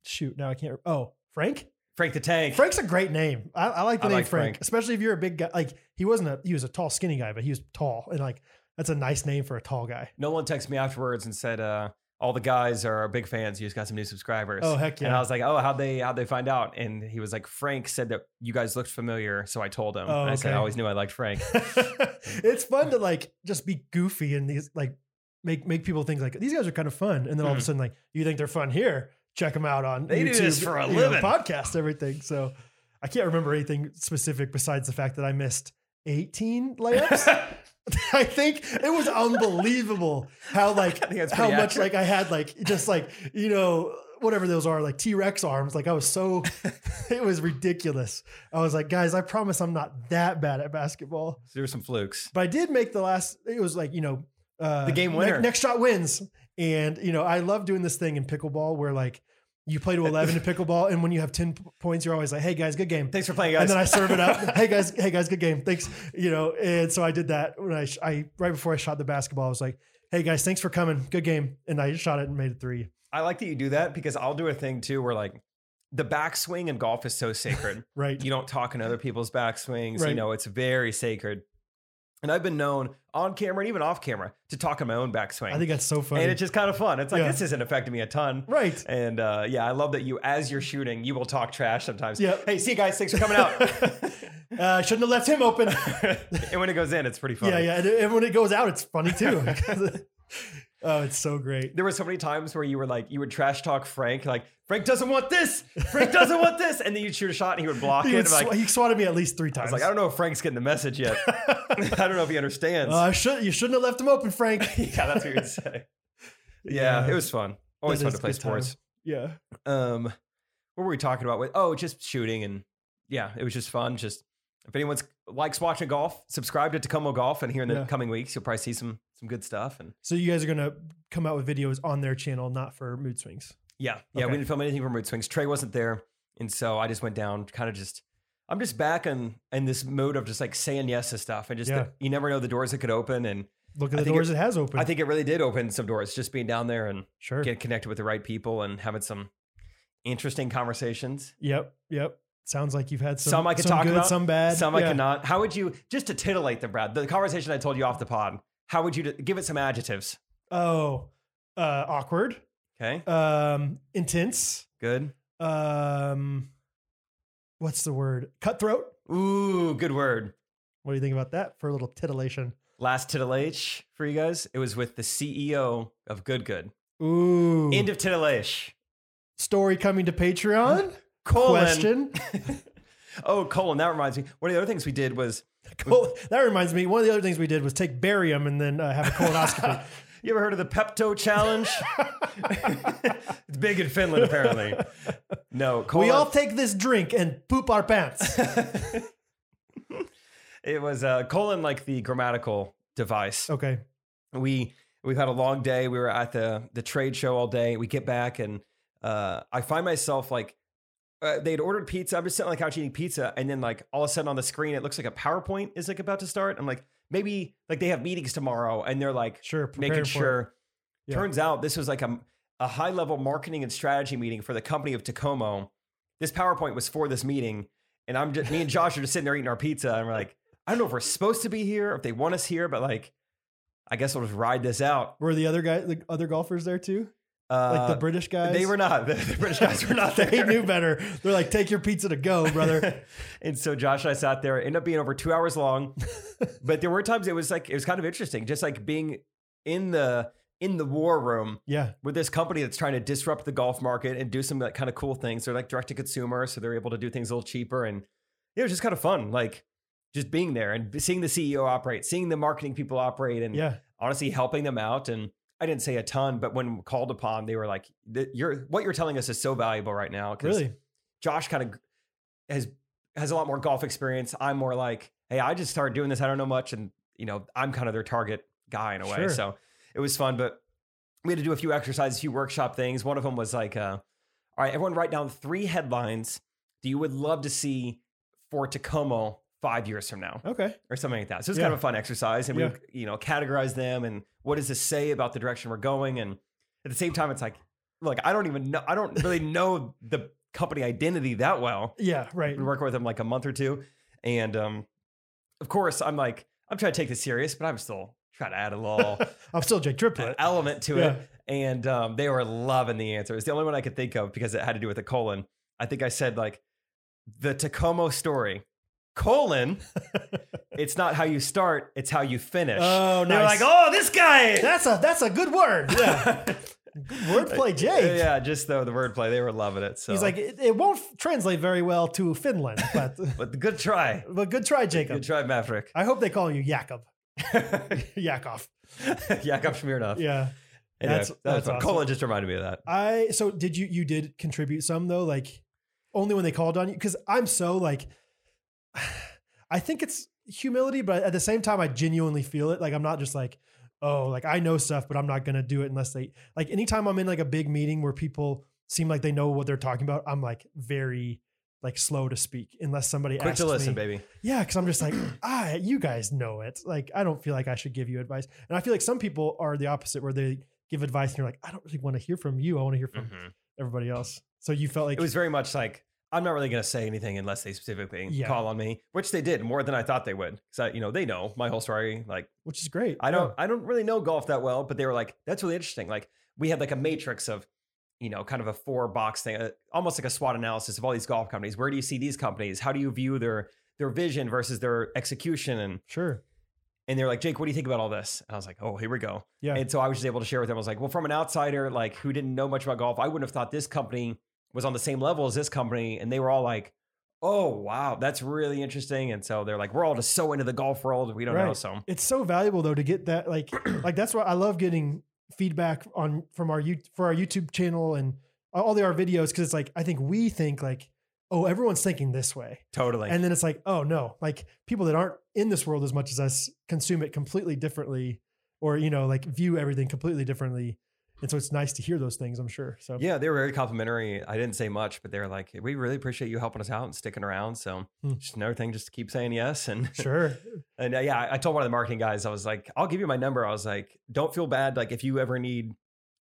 Speaker 2: shoot, now I can't. re- Oh, Frank.
Speaker 1: Frank the Tank.
Speaker 2: Frank's a great name. I, I like the
Speaker 1: I
Speaker 2: name
Speaker 1: like
Speaker 2: Frank,
Speaker 1: Frank.
Speaker 2: especially if you're a big guy. Like he wasn't a he was a tall, skinny guy, but he was tall and like that's a nice name for a tall guy.
Speaker 1: No one texted me afterwards and said, uh, all the guys are big fans. You just got some new subscribers.
Speaker 2: Oh heck
Speaker 1: And I
Speaker 2: yeah!
Speaker 1: was like, oh, how'd they how'd they find out? And he was like, Frank said that you guys looked familiar, so I told him.
Speaker 2: Oh,
Speaker 1: and I said, I
Speaker 2: okay.
Speaker 1: always knew I liked Frank.
Speaker 2: it's fun to like just be goofy and these like make make people think like these guys are kind of fun, and then all of a
Speaker 1: Mhm.
Speaker 2: sudden like you think they're fun here. Check them out on
Speaker 1: They do
Speaker 2: YouTube,
Speaker 1: this for a
Speaker 2: you know,
Speaker 1: living.
Speaker 2: podcast everything. So I can't remember anything specific besides the fact that I missed 18 layups. I think it was unbelievable how like
Speaker 1: think that's
Speaker 2: how
Speaker 1: pretty
Speaker 2: much
Speaker 1: accurate.
Speaker 2: like I had like just like you know whatever those are like T Rex arms. Like I was so it was ridiculous. I was like, guys, I promise I'm not that bad at basketball,
Speaker 1: there were some flukes.
Speaker 2: but I did make the last. It was like you know uh,
Speaker 1: The game
Speaker 2: ne-
Speaker 1: winner.
Speaker 2: next shot wins, and you know I love doing this thing in pickleball where like you play to eleven in pickleball, and when you have ten p- points, you're always like, hey guys, good game
Speaker 1: Thanks for playing, guys.
Speaker 2: and then I serve it up. hey guys, hey guys, good game. Thanks. You know, and so I did that when I, sh- I right before I shot the basketball, I was like, hey guys, thanks for coming. Good game. And I shot it and made it three.
Speaker 1: I like that you do that because I'll do a thing too where like the backswing in golf is so sacred.
Speaker 2: Right.
Speaker 1: you don't talk in other people's backswings. You
Speaker 2: Right.
Speaker 1: know, it's very sacred. And I've been known on camera and even off camera to talk in my own backswing.
Speaker 2: I think that's so funny.
Speaker 1: and it's just kind of fun. It's like
Speaker 2: Yeah.
Speaker 1: this isn't affecting me a ton.
Speaker 2: right.
Speaker 1: And uh, yeah, I love that you, as you're shooting, you will talk trash sometimes.
Speaker 2: Yeah.
Speaker 1: Hey, see you guys. Thanks for coming out.
Speaker 2: Uh, shouldn't have left him open.
Speaker 1: and when it goes in, it's pretty funny.
Speaker 2: yeah, yeah. And, and when it goes out, it's funny too. oh, it's so great.
Speaker 1: There were so many times where you were like, you would trash talk Frank, like Frank doesn't want this. Frank doesn't want this. And then you'd shoot a shot and he would block
Speaker 2: He,
Speaker 1: it.
Speaker 2: would
Speaker 1: I'm like,
Speaker 2: sw- he swatted me at least three
Speaker 1: I
Speaker 2: times.
Speaker 1: was like, I don't know if Frank's getting the message yet. I don't know if he understands.
Speaker 2: Uh, should, you shouldn't have left him open, Frank.
Speaker 1: yeah, that's what you'd say. Yeah,
Speaker 2: Yeah.
Speaker 1: it was fun. Always
Speaker 2: That
Speaker 1: fun
Speaker 2: is
Speaker 1: to play
Speaker 2: good time.
Speaker 1: sports.
Speaker 2: Yeah.
Speaker 1: Um, what were we talking about? With oh, just shooting and yeah, it was just fun. Just if anyone's likes watching golf, subscribe to Tacoma Golf, and here in the
Speaker 2: Yeah.
Speaker 1: coming weeks you'll probably see some some good stuff. And
Speaker 2: So you guys are going to come out with videos on their channel, not for mood swings.
Speaker 1: yeah, yeah,
Speaker 2: Okay.
Speaker 1: we didn't film anything from Root Swings. Trey wasn't there, and so I just went down, kind of just. I'm just back in in this mode of just like saying yes to stuff, and just
Speaker 2: Yeah.
Speaker 1: the- you never know the doors that could open. And
Speaker 2: Look at
Speaker 1: I
Speaker 2: the
Speaker 1: think
Speaker 2: doors it, has opened.
Speaker 1: I think it really did open some doors, just being down there and
Speaker 2: sure.
Speaker 1: get connected with the right people and having some interesting conversations.
Speaker 2: Yep, yep. Sounds like you've had some,
Speaker 1: Some I could
Speaker 2: some
Speaker 1: talk
Speaker 2: good,
Speaker 1: about,
Speaker 2: some bad,
Speaker 1: Some I
Speaker 2: Yeah.
Speaker 1: cannot. How would you just to titillate them, Brad? The conversation I told you off the pod. How would you d- give it some adjectives?
Speaker 2: Oh, uh, awkward,
Speaker 1: Okay,
Speaker 2: um, intense.
Speaker 1: good.
Speaker 2: Um, what's the word? Cutthroat.
Speaker 1: Ooh, good word.
Speaker 2: What do you think about that for a little titillation?
Speaker 1: Last titillate for you guys. It was with the CEO of Good Good.
Speaker 2: Ooh,
Speaker 1: End of titillate.
Speaker 2: story coming to Patreon?
Speaker 1: Colon.
Speaker 2: Question.
Speaker 1: oh, colon. That reminds me. One of the other things we did was
Speaker 2: Col- that reminds me. One of the other things we did was take barium and then uh, have a colonoscopy.
Speaker 1: You ever heard of the Pepto challenge? it's big in Finland, apparently. No, colon.
Speaker 2: we all take this drink and poop our pants.
Speaker 1: it was uh, colon like the grammatical device.
Speaker 2: okay.
Speaker 1: We we've had a long day. We were at the the trade show all day. We get back and uh, I find myself like uh, they'd ordered pizza. I'm just sitting on the couch eating pizza, and then like all of a sudden on the screen, it looks like a PowerPoint is like about to start. I'm like, maybe like they have meetings tomorrow, and they're like,
Speaker 2: Sure.
Speaker 1: making
Speaker 2: preparing for it.
Speaker 1: sure.
Speaker 2: Yeah.
Speaker 1: Turns out this was like a, a high level marketing and strategy meeting for the company of Tacomo. This PowerPoint was for this meeting, and I'm just me and Josh are just sitting there eating our pizza, and we're like, I don't know if we're supposed to be here, if they want us here, but like, I guess we'll just ride this out.
Speaker 2: Were the other guy, the other golfers there too? Like
Speaker 1: Uh,
Speaker 2: the British guys?
Speaker 1: they were not. The, the British guys were not there.
Speaker 2: they knew better. They're like, take your pizza to go, brother.
Speaker 1: and so Josh and I sat there. It ended up being over two hours long, but there were times it was like it was kind of interesting, just like being in the in the war room
Speaker 2: Yeah.
Speaker 1: with this company that's trying to disrupt the golf market and do some like, kind of cool things. They're like direct to consumer, so they're able to do things a little cheaper. And it was just kind of fun, like just being there and seeing the CEO operate, seeing the marketing people operate, and
Speaker 2: Yeah.
Speaker 1: honestly helping them out. And I didn't say a ton, but when called upon, they were like, "Th- "You're what you're telling us is so valuable right now." 'cause
Speaker 2: Really.
Speaker 1: Josh kind of has has a lot more golf experience. I'm more like, hey, I just started doing this. I don't know much, and you know, I'm kind of their target guy in a way.
Speaker 2: Sure.
Speaker 1: So it was fun, but we had to do a few exercises, a few workshop things. One of them was like, uh, all right, everyone, write down three headlines that you would love to see for Tacoma five years from now
Speaker 2: Okay.
Speaker 1: or something like that. So it's kind
Speaker 2: Yeah.
Speaker 1: of a fun exercise, and
Speaker 2: Yeah.
Speaker 1: we you know categorize them and what does this say about the direction we're going, and at the same time, it's like, look, I don't even know, I don't really know the company identity that well.
Speaker 2: Yeah. Right.
Speaker 1: I've been working with them like a month or two, and um, of course, I'm like, I'm trying to take this serious, but I'm still trying to add a little
Speaker 2: I'm still Jake
Speaker 1: an
Speaker 2: Triplett.
Speaker 1: element to
Speaker 2: Yeah.
Speaker 1: it. And um, they were loving the answer. It's the only one I could think of because it had to do with the colon. I think I said like the Tacoma story. Colon, it's not how you start, it's how you finish.
Speaker 2: Oh,
Speaker 1: They're
Speaker 2: nice.
Speaker 1: like, oh, this guy.
Speaker 2: That's a that's a good word. Yeah. Good Wordplay Jake.
Speaker 1: Yeah, just though the wordplay, they were loving it. So
Speaker 2: He's like, it, it won't translate very well to Finland, but
Speaker 1: but good try.
Speaker 2: but good try, Jacob.
Speaker 1: Good try, Maverick.
Speaker 2: I hope they call you Jakob. Yakov.
Speaker 1: Yakov Smirnov.
Speaker 2: Yeah.
Speaker 1: Anyway, that
Speaker 2: that's-
Speaker 1: was
Speaker 2: that's
Speaker 1: fun.
Speaker 2: awesome.
Speaker 1: Colon just reminded me of that.
Speaker 2: I so did you you did contribute some though, like only when they called on you because I'm so like I think it's humility, but at the same time I genuinely feel it. Like I'm not just like, oh, like I know stuff, but I'm not gonna do it unless they like anytime I'm in like a big meeting where people seem like they know what they're talking about, I'm like very like slow to speak unless somebody
Speaker 1: Quick
Speaker 2: asks
Speaker 1: to listen,
Speaker 2: me,
Speaker 1: baby.
Speaker 2: yeah, because I'm just like, ah, you guys know it. Like, I don't feel like I should give you advice. And I feel like some people are the opposite, where they give advice and you're like, I don't really want to hear from you. I want to hear from everybody else. So you felt like,
Speaker 1: Mm-hmm. it was very much like I'm not really going to say anything unless they specifically
Speaker 2: Yeah.
Speaker 1: call on me, which they did more than I thought they would. Because you know they know my whole story. Like
Speaker 2: which is great.
Speaker 1: I don't I don't really know golf that well, but they were like, "That's really interesting." Like we had like a matrix of, you know, kind of a four box thing, uh, almost like a SWOT analysis of all these golf companies. Where do you see these companies? How do you view their their vision versus their execution? And
Speaker 2: Sure.
Speaker 1: and they're like, "Jake, what do you think about all this?" And I was like, "Oh, here we go."
Speaker 2: Yeah.
Speaker 1: And so I was just able to share with them. I was like, well, from an outsider, like who didn't know much about golf, I wouldn't have thought this company was on the same level as this company. And they were all like, oh, wow, that's really interesting. And so they're like, we're all just so into the golf world. We don't know.
Speaker 2: Right.
Speaker 1: So
Speaker 2: it's so valuable though to get that like like that's why I love getting feedback on from our you for our YouTube channel and all the our videos because it's like I think we think like oh everyone's thinking this way
Speaker 1: totally.
Speaker 2: and then it's like oh no like people that aren't in this world as much as us consume it completely differently or you know like view everything completely differently and so it's nice to hear those things i'm sure so
Speaker 1: yeah, they were very complimentary. I didn't say much, but they were like, we really appreciate you helping us out and sticking around. So
Speaker 2: Hmm.
Speaker 1: just another thing, just keep saying yes. And
Speaker 2: sure
Speaker 1: And uh, yeah, I- I told one of the marketing guys, I was like, I'll give you my number. I was like, don't feel bad. Like, if you ever need,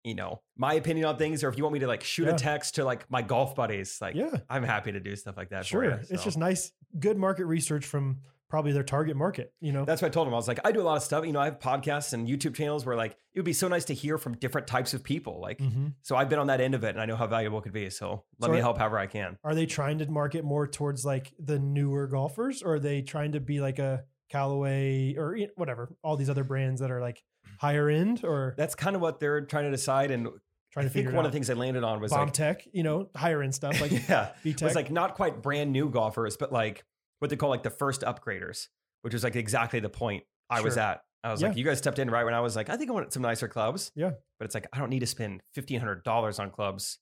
Speaker 1: you know, my opinion on things, or if you want me to like shoot
Speaker 2: Yeah.
Speaker 1: a text to like my golf buddies, like,
Speaker 2: yeah
Speaker 1: I'm happy to do stuff like that.
Speaker 2: sure
Speaker 1: For you,
Speaker 2: it's
Speaker 1: so.
Speaker 2: just nice good market research from probably their target market you know
Speaker 1: that's what I told him. I was like, I do a lot of stuff. You know, I have podcasts and YouTube channels where like it would be so nice to hear from different types of people. Like,
Speaker 2: Mhm.
Speaker 1: so I've been on that end of it and I know how valuable it could be. So let
Speaker 2: So
Speaker 1: me
Speaker 2: I-
Speaker 1: help however I can.
Speaker 2: are they trying to market more towards like the newer golfers or are they trying to be like a callaway or you know, whatever all these other brands that are like
Speaker 1: Mm.
Speaker 2: higher end or
Speaker 1: That's kind of what they're trying to decide. And
Speaker 2: trying
Speaker 1: I
Speaker 2: to figure
Speaker 1: think
Speaker 2: it
Speaker 1: one
Speaker 2: out.
Speaker 1: of the things they landed on was
Speaker 2: bomb
Speaker 1: like,
Speaker 2: tech you know higher end stuff like
Speaker 1: yeah.
Speaker 2: B-Tech.
Speaker 1: was like not quite brand new golfers, but like what they call like the first upgraders, which was like exactly the point I was
Speaker 2: Sure.
Speaker 1: at. I was like, you guys stepped in right when I was like, I think I want some nicer clubs.
Speaker 2: Yeah.
Speaker 1: But it's like, I don't need to spend $1,500 on clubs,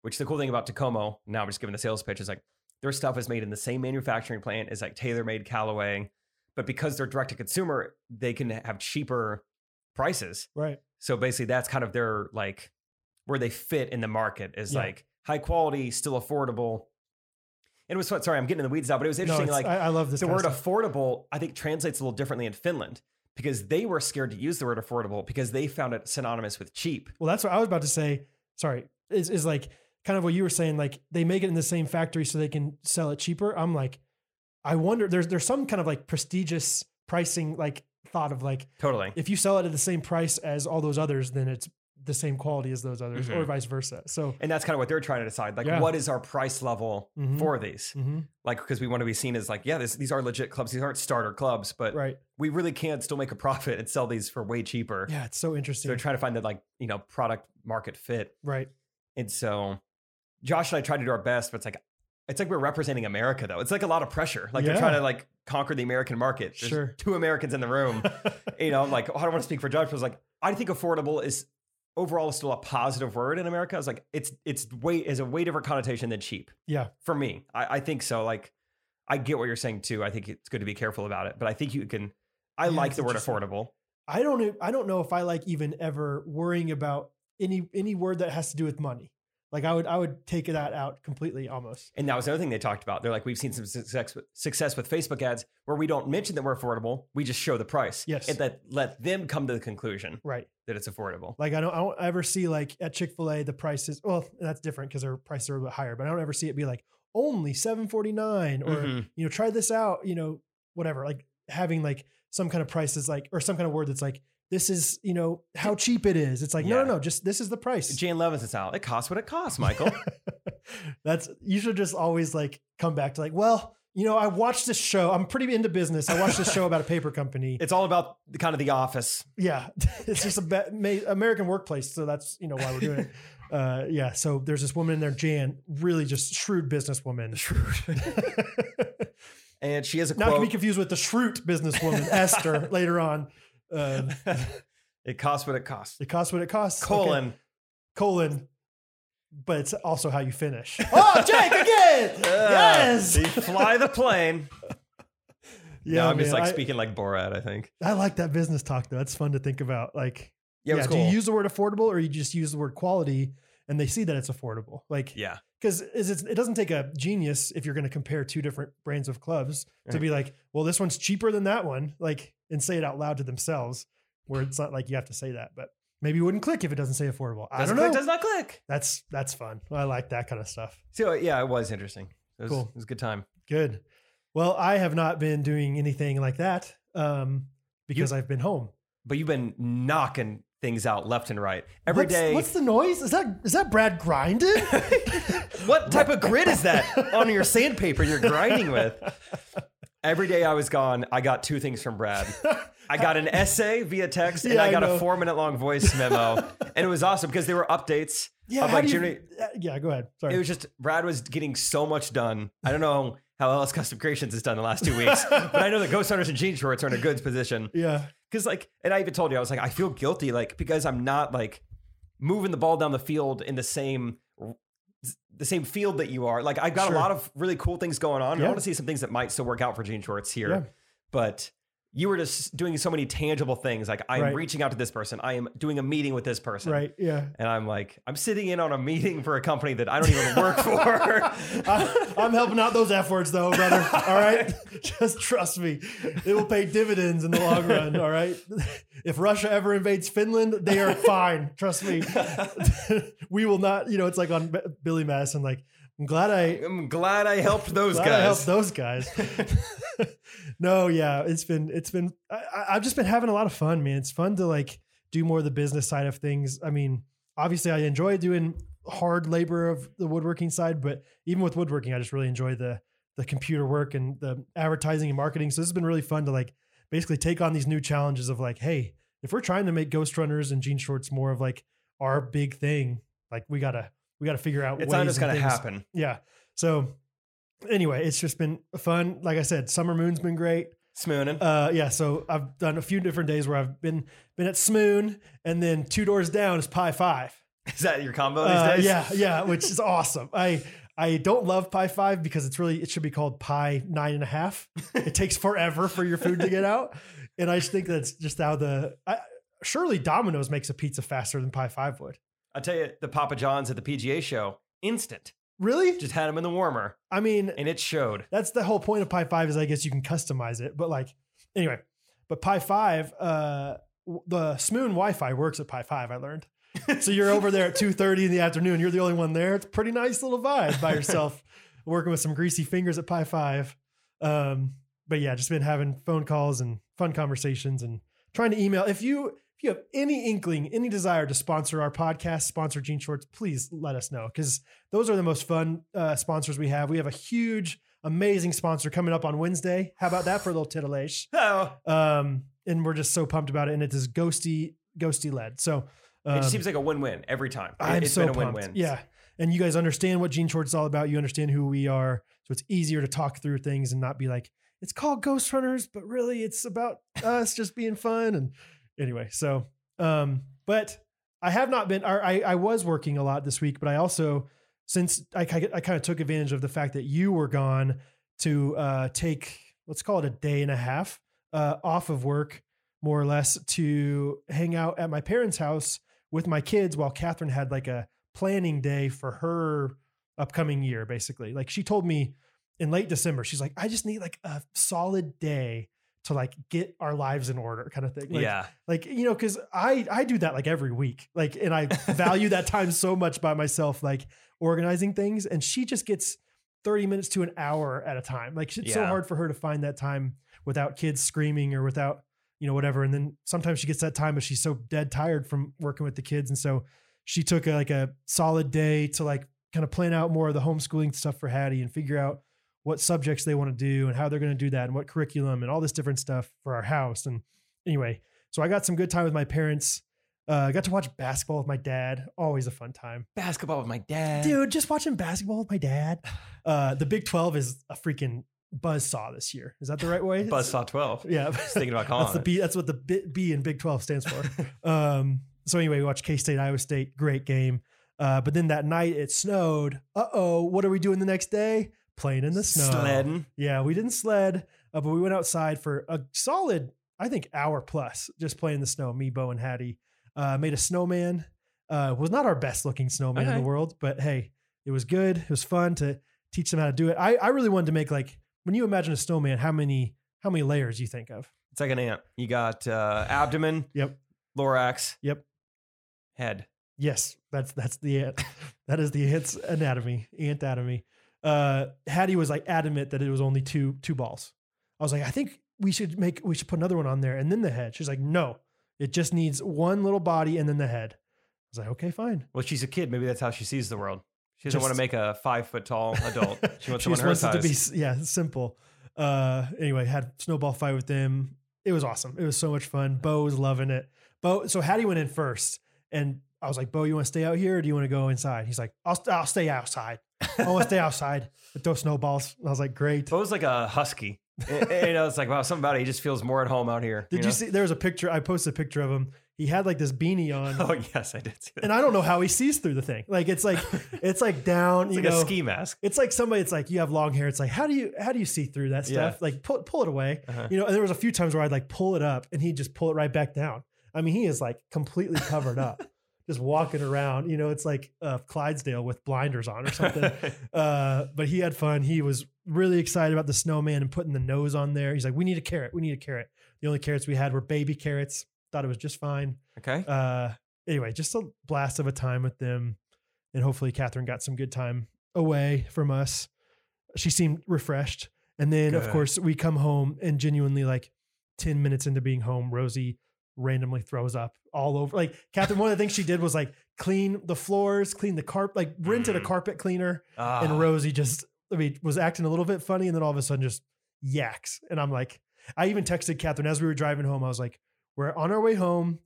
Speaker 1: which the cool thing about Tacoma, now I'm just giving the sales pitch, is like their stuff is made in the same manufacturing plant as like TaylorMade Callaway. But because they're direct to consumer, they can have cheaper prices.
Speaker 2: right
Speaker 1: So basically, that's kind of their like where they fit in the market is
Speaker 2: Yeah.
Speaker 1: like high quality, still affordable. And it was fun. Sorry, I'm getting in the weeds now, but it was interesting.
Speaker 2: it's-
Speaker 1: like
Speaker 2: I, I love this
Speaker 1: the
Speaker 2: kind of
Speaker 1: word
Speaker 2: stuff.
Speaker 1: affordable, I think translates a little differently in Finland because they were scared to use the word affordable because they found it synonymous with cheap.
Speaker 2: well that's what i was about to say sorry is, is like kind of what you were saying like they make it in the same factory so they can sell it cheaper i'm like i wonder there's there's some kind of like prestigious pricing like thought of like
Speaker 1: Totally.
Speaker 2: if you sell it at the same price as all those others then it's the same quality as those others
Speaker 1: Mhm.
Speaker 2: or vice versa so
Speaker 1: And that's kind of what they're trying to decide. Like,
Speaker 2: Yeah.
Speaker 1: what is our price level
Speaker 2: Mhm.
Speaker 1: for these?
Speaker 2: mhm,
Speaker 1: Like, because we want to be seen as like, yeah, this, these are legit clubs. These aren't starter clubs, but
Speaker 2: right
Speaker 1: we really can still make a profit and sell these for way cheaper.
Speaker 2: Yeah, it's so
Speaker 1: So
Speaker 2: interesting.
Speaker 1: they're trying to find that like, you know, product market fit.
Speaker 2: right.
Speaker 1: And so Josh and I tried to do our best, but it's like it's like we're representing America though. It's like a lot of pressure. Like
Speaker 2: Yeah.
Speaker 1: they're trying to like conquer the American market. There's
Speaker 2: Sure.
Speaker 1: two Americans in the room. you know, I'm like, oh, I don't want to speak for Josh, but I was like, I think affordable is overall still a positive word in America. I was like, it's it's way is a way different connotation than cheap.
Speaker 2: Yeah.
Speaker 1: For me. I, I think so. Like I get what you're saying too. I think it's good to be careful about it, but I think you can I
Speaker 2: Yeah,
Speaker 1: like
Speaker 2: that's
Speaker 1: the word
Speaker 2: interesting.
Speaker 1: affordable.
Speaker 2: I don't e- I don't know if I like even ever worrying about any any word that has to do with money. Like I would I would take that out completely almost.
Speaker 1: And that was another thing they talked about. They're like, we've seen some success success with Facebook ads where we don't mention that we're affordable, we just show the price.
Speaker 2: Yes.
Speaker 1: and that let them come to the conclusion
Speaker 2: Right.
Speaker 1: that it's affordable.
Speaker 2: Like I don't I don't ever see like at Chick-fil-A the prices well that's different cuz their prices are a little bit higher, but I don't ever see it be like only 749 or
Speaker 1: Mhm.
Speaker 2: you know try this out, you know whatever. Like having like some kind of price is like or some kind of word that's like this is, you know, how cheap it is. It's like no
Speaker 1: Yeah.
Speaker 2: no no, just this is the price.
Speaker 1: Jane Levin's is out. It costs what it costs, Michael.
Speaker 2: That's you should just always like come back to like, well, you know, I watched this show. I'm pretty into business. I watched this show about a paper company.
Speaker 1: it's all about the kind of the office.
Speaker 2: yeah, it's just a ba- ma- American workplace, so that's you know why we're doing it. Uh, yeah, so there's this woman in there, Jan, really just shrewd businesswoman.
Speaker 1: And she has a
Speaker 2: Not to be
Speaker 1: quote.
Speaker 2: confused with the shrewd businesswoman Esther later on. Um,
Speaker 1: it costs what it costs.
Speaker 2: it costs what it costs. Okay.
Speaker 1: Colon.
Speaker 2: colon, but it's also how you finish. oh, Jake again. yes.
Speaker 1: Uh, you fly the plane. Yeah, I'm just
Speaker 2: man,
Speaker 1: like
Speaker 2: I-
Speaker 1: speaking like Borat. I think.
Speaker 2: I like that business talk though. That's fun to think about. Like,
Speaker 1: Yeah, it was
Speaker 2: do you
Speaker 1: cool.
Speaker 2: use the word affordable or you just use the word quality and they see that it's affordable? Like,
Speaker 1: yeah,
Speaker 2: because it's it doesn't take a genius if you're going to compare two different brands of clubs to
Speaker 1: Right.
Speaker 2: be like, well, this one's cheaper than that one, like, and say it out loud to themselves, where it's not like you have to say that, but maybe you wouldn't click if it doesn't say affordable. I
Speaker 1: Doesn't
Speaker 2: don't
Speaker 1: click,
Speaker 2: know.
Speaker 1: Does not click.
Speaker 2: That's that's fun. I like that kind of stuff.
Speaker 1: So yeah, it was interesting. It was,
Speaker 2: Cool.
Speaker 1: It was a good time.
Speaker 2: Good. Well, I have not been doing anything like that um, because I've been home.
Speaker 1: But you've been knocking things out left and right every day.
Speaker 2: What's the noise? Is that is that Brad grinding?
Speaker 1: What type of grit is that on your sandpaper you're grinding with? Every day I was gone, I got two things from Brad. I got an essay via text, and
Speaker 2: Yeah, I
Speaker 1: I got
Speaker 2: know.
Speaker 1: a four minute long voice memo. and it was awesome because there were updates.
Speaker 2: yeah,
Speaker 1: of
Speaker 2: how
Speaker 1: like
Speaker 2: do you-
Speaker 1: generate-
Speaker 2: uh, yeah. Go ahead. Sorry.
Speaker 1: It was just Brad was getting so much done. I don't know how LS Custom Creations has done the last two weeks, but I know that Ghost Hunters and Gene Shorts are in a good position.
Speaker 2: yeah.
Speaker 1: Because like, and I even told you, I was like, I feel guilty, like because I'm not like moving the ball down the field in the same the same field that you are. Like I've got
Speaker 2: Sure.
Speaker 1: a lot of really cool things going on. and
Speaker 2: Yeah.
Speaker 1: I want to see some things that might still work out for Gene Schwartz here,
Speaker 2: Yeah.
Speaker 1: but. You were just doing so many tangible things. Like I'm
Speaker 2: Right.
Speaker 1: reaching out to this person. I am doing a meeting with this person.
Speaker 2: Right. Yeah.
Speaker 1: And I'm like, I'm sitting in on a meeting for a company that I don't even work for.
Speaker 2: I, I'm helping out those F words though, brother. All right. Just trust me. It will pay dividends in the long run. All right. If Russia ever invades Finland, they are fine. Trust me. we will not, you know, it's like on B- Billy Madison, like, I'm glad I,
Speaker 1: I'm glad I helped those
Speaker 2: glad I helped
Speaker 1: guys.
Speaker 2: those guys. no, yeah. It's been, it's been, I, I- I've just been having a lot of fun, man. It's fun to like do more of the business side of things. I mean, obviously I enjoy doing hard labor of the woodworking side, but even with woodworking, I just really enjoy the the computer work and the advertising and marketing. So this has been really fun to like basically take on these new challenges of like, hey, if we're trying to make Ghost Runners and Jean Shorts more of like our big thing, like we gotta we gotta figure out
Speaker 1: It's
Speaker 2: ways
Speaker 1: not just
Speaker 2: and
Speaker 1: going to
Speaker 2: things.
Speaker 1: happen.
Speaker 2: Yeah. So anyway, it's just been fun. Like I said, Summer Moon's been great.
Speaker 1: Smooning.
Speaker 2: Uh, yeah, so I've done a few different days where I've been been at Smoon, and then two doors down is Pi Five.
Speaker 1: is that your combo Oh, these
Speaker 2: Uh,
Speaker 1: days?
Speaker 2: yeah, yeah, which is awesome. I I don't love Pi Five because it's really it should be called Pi Nine and a Half. It takes forever for your food to get out, and I just think that's just how the I, surely Domino's makes a pizza faster than Pi Five would.
Speaker 1: I tell you, the Papa John's at the PGA show, instant.
Speaker 2: Really?
Speaker 1: Just had them in the warmer,
Speaker 2: I mean,
Speaker 1: and it showed.
Speaker 2: that's the whole point of Pi Five is I guess you can customize it, but like anyway, but Pi Five, uh, w- the Smoon Wi-Fi works at Pi Five. I learned, so you're over there at two thirty in the afternoon. You're the only one there. It's a pretty nice little vibe by yourself, working with some greasy fingers at Pi Five. Um, but yeah, just been having phone calls and fun conversations and trying to email. If you if you have any inkling, any desire to sponsor our podcast, sponsor Gene Shorts, please let us know because those are the most fun uh, sponsors we have. We have a huge amazing sponsor coming up on Wednesday. How about that for a little titillation?
Speaker 1: Oh,
Speaker 2: Um, and we're just so pumped about it. And it is ghosty, ghosty led. So um,
Speaker 1: it seems like a win-win every time. It,
Speaker 2: I'm
Speaker 1: has
Speaker 2: so
Speaker 1: been a
Speaker 2: pumped.
Speaker 1: win-win.
Speaker 2: Yeah. And you guys understand what Gene Short's all about. You understand who we are. So it's easier to talk through things and not be like, it's called Ghost Runners, but really it's about us just being fun. And anyway, so, um, but I have not been, or I, I was working a lot this week, but I also, since I, I, I kind of took advantage of the fact that you were gone to uh, take, let's call it a day and a half uh, off of work, more or less, to hang out at my parents' house with my kids while Catherine had like a planning day for her upcoming year, basically. Like she told me in late December, she's like, I just need like a solid day to like get our lives in order kind of thing. Like,
Speaker 1: yeah.
Speaker 2: Like, you know, cause I, I do that like every week. Like, and I value that time so much by myself, like organizing things. And she just gets 30 minutes to an hour at a time. Like it's so
Speaker 1: Yeah.
Speaker 2: hard for her to find that time without kids screaming or without, you know, whatever. And then sometimes she gets that time, but she's so dead tired from working with the kids. And so she took a, like a solid day to like kind of plan out more of the homeschooling stuff for Hattie and figure out what subjects they want to do and how they're going to do that and what curriculum and all this different stuff for our house. And anyway, so I got some good time with my parents. Uh, I got to watch basketball with my dad. Always a fun time
Speaker 1: Basketball with my dad.
Speaker 2: dude just watching basketball with my dad uh the big 12 is a freaking buzzsaw this year is that the right way
Speaker 1: Buzzsaw 12.
Speaker 2: yeah
Speaker 1: Just thinking about calling
Speaker 2: that's the
Speaker 1: it.
Speaker 2: b that's what the b, b in big 12 stands for um so anyway we watched k-state iowa state great game uh but then that night it snowed uh-oh what are we doing the next day playing in the snow
Speaker 1: Sledding.
Speaker 2: yeah, we didn't sled, uh, but we went outside for a solid, I think, hour plus just playing in the snow. Me, Bo, and Hattie uh, made a snowman. Uh, was not our best looking snowman in
Speaker 1: Okay.
Speaker 2: the world, but hey, it was good. It was fun to teach them how to do it. I, I really wanted to make like when you imagine a snowman, how many how many layers you think of?
Speaker 1: It's like an ant. You got uh, abdomen.
Speaker 2: Yep.
Speaker 1: Thorax.
Speaker 2: Yep.
Speaker 1: Head.
Speaker 2: Yes, that's that's the ant. that is the ant's anatomy, ant anatomy. Uh, Hattie was like adamant that it was only two two balls. I was like, I think we should make we should put another one on there and then the head. She's like, no, it just needs one little body and then the head. I was like, okay, fine.
Speaker 1: Well, she's a kid. Maybe that's how she sees the world. She doesn't
Speaker 2: Just-
Speaker 1: want to make a five foot tall adult. She wants
Speaker 2: she
Speaker 1: someone
Speaker 2: just
Speaker 1: her
Speaker 2: wants it
Speaker 1: size.
Speaker 2: to be s- yeah simple. Uh, anyway, had snowball fight with them. It was awesome. It was so much fun. Bo was loving it. Bo, so Hattie went in first, and I was like, Bo, you want to stay out here or do you want to go inside? He's like, I'll st- I'll stay outside. I want to stay outside and throw snowballs. And I was like, great.
Speaker 1: But it was like a husky. and, and I was like, wow, something about it. He just feels more at home out here.
Speaker 2: Did you,
Speaker 1: know?
Speaker 2: see? There was a picture. I posted a picture of him. He had like this beanie on.
Speaker 1: Oh yes, I did. See that.
Speaker 2: And I don't know how he sees through the thing. Like it's like it's like down,
Speaker 1: It's
Speaker 2: you
Speaker 1: like
Speaker 2: know.
Speaker 1: a ski mask.
Speaker 2: It's like somebody. It's like you have long hair. It's like how do you how do you see through that
Speaker 1: Yeah.
Speaker 2: stuff? Like pull pull it away.
Speaker 1: Uh-huh.
Speaker 2: You know, and there was a few times where I'd like pull it up and he'd just pull it right back down. I mean, he is like completely covered up, just walking around. You know, it's like uh, Clydesdale with blinders on or something. uh, but he had fun. He was really excited about the snowman and putting the nose on there. He's like, "We need a carrot. We need a carrot." The only carrots we had were baby carrots. Thought it was just fine
Speaker 1: okay.
Speaker 2: uh anyway just a blast of a time with them and hopefully catherine got some good time away from us she seemed refreshed and then of
Speaker 1: Good.
Speaker 2: course we come home and genuinely like 10 minutes into being home rosie randomly throws up all over like catherine one of the things she did was like clean the floors clean the carpet like rented a
Speaker 1: Mm.
Speaker 2: carpet cleaner
Speaker 1: Ah,
Speaker 2: and rosie just i mean was acting a little bit funny and then all of a sudden just yaks and i'm like i even texted catherine as we were driving home i was like we're on our way home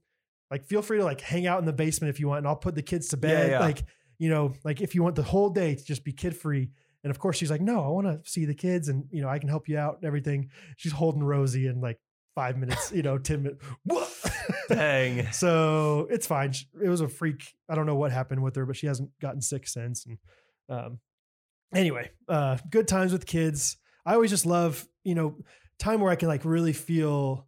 Speaker 2: like feel free to like hang out in the basement if you want and i'll put the kids to bed
Speaker 1: yeah.
Speaker 2: like you know like if you want the whole day to just be kid free and of course she's like no i want to see the kids and you know i can help you out and everything she's holding rosie in like five minutes you know ten minutes
Speaker 1: dang.
Speaker 2: so it's fine. She- It was a freak. I don't know what happened with her, but she hasn't gotten sick since. And um, anyway, uh, good times with kids. I always just love, you know, time where I can like really feel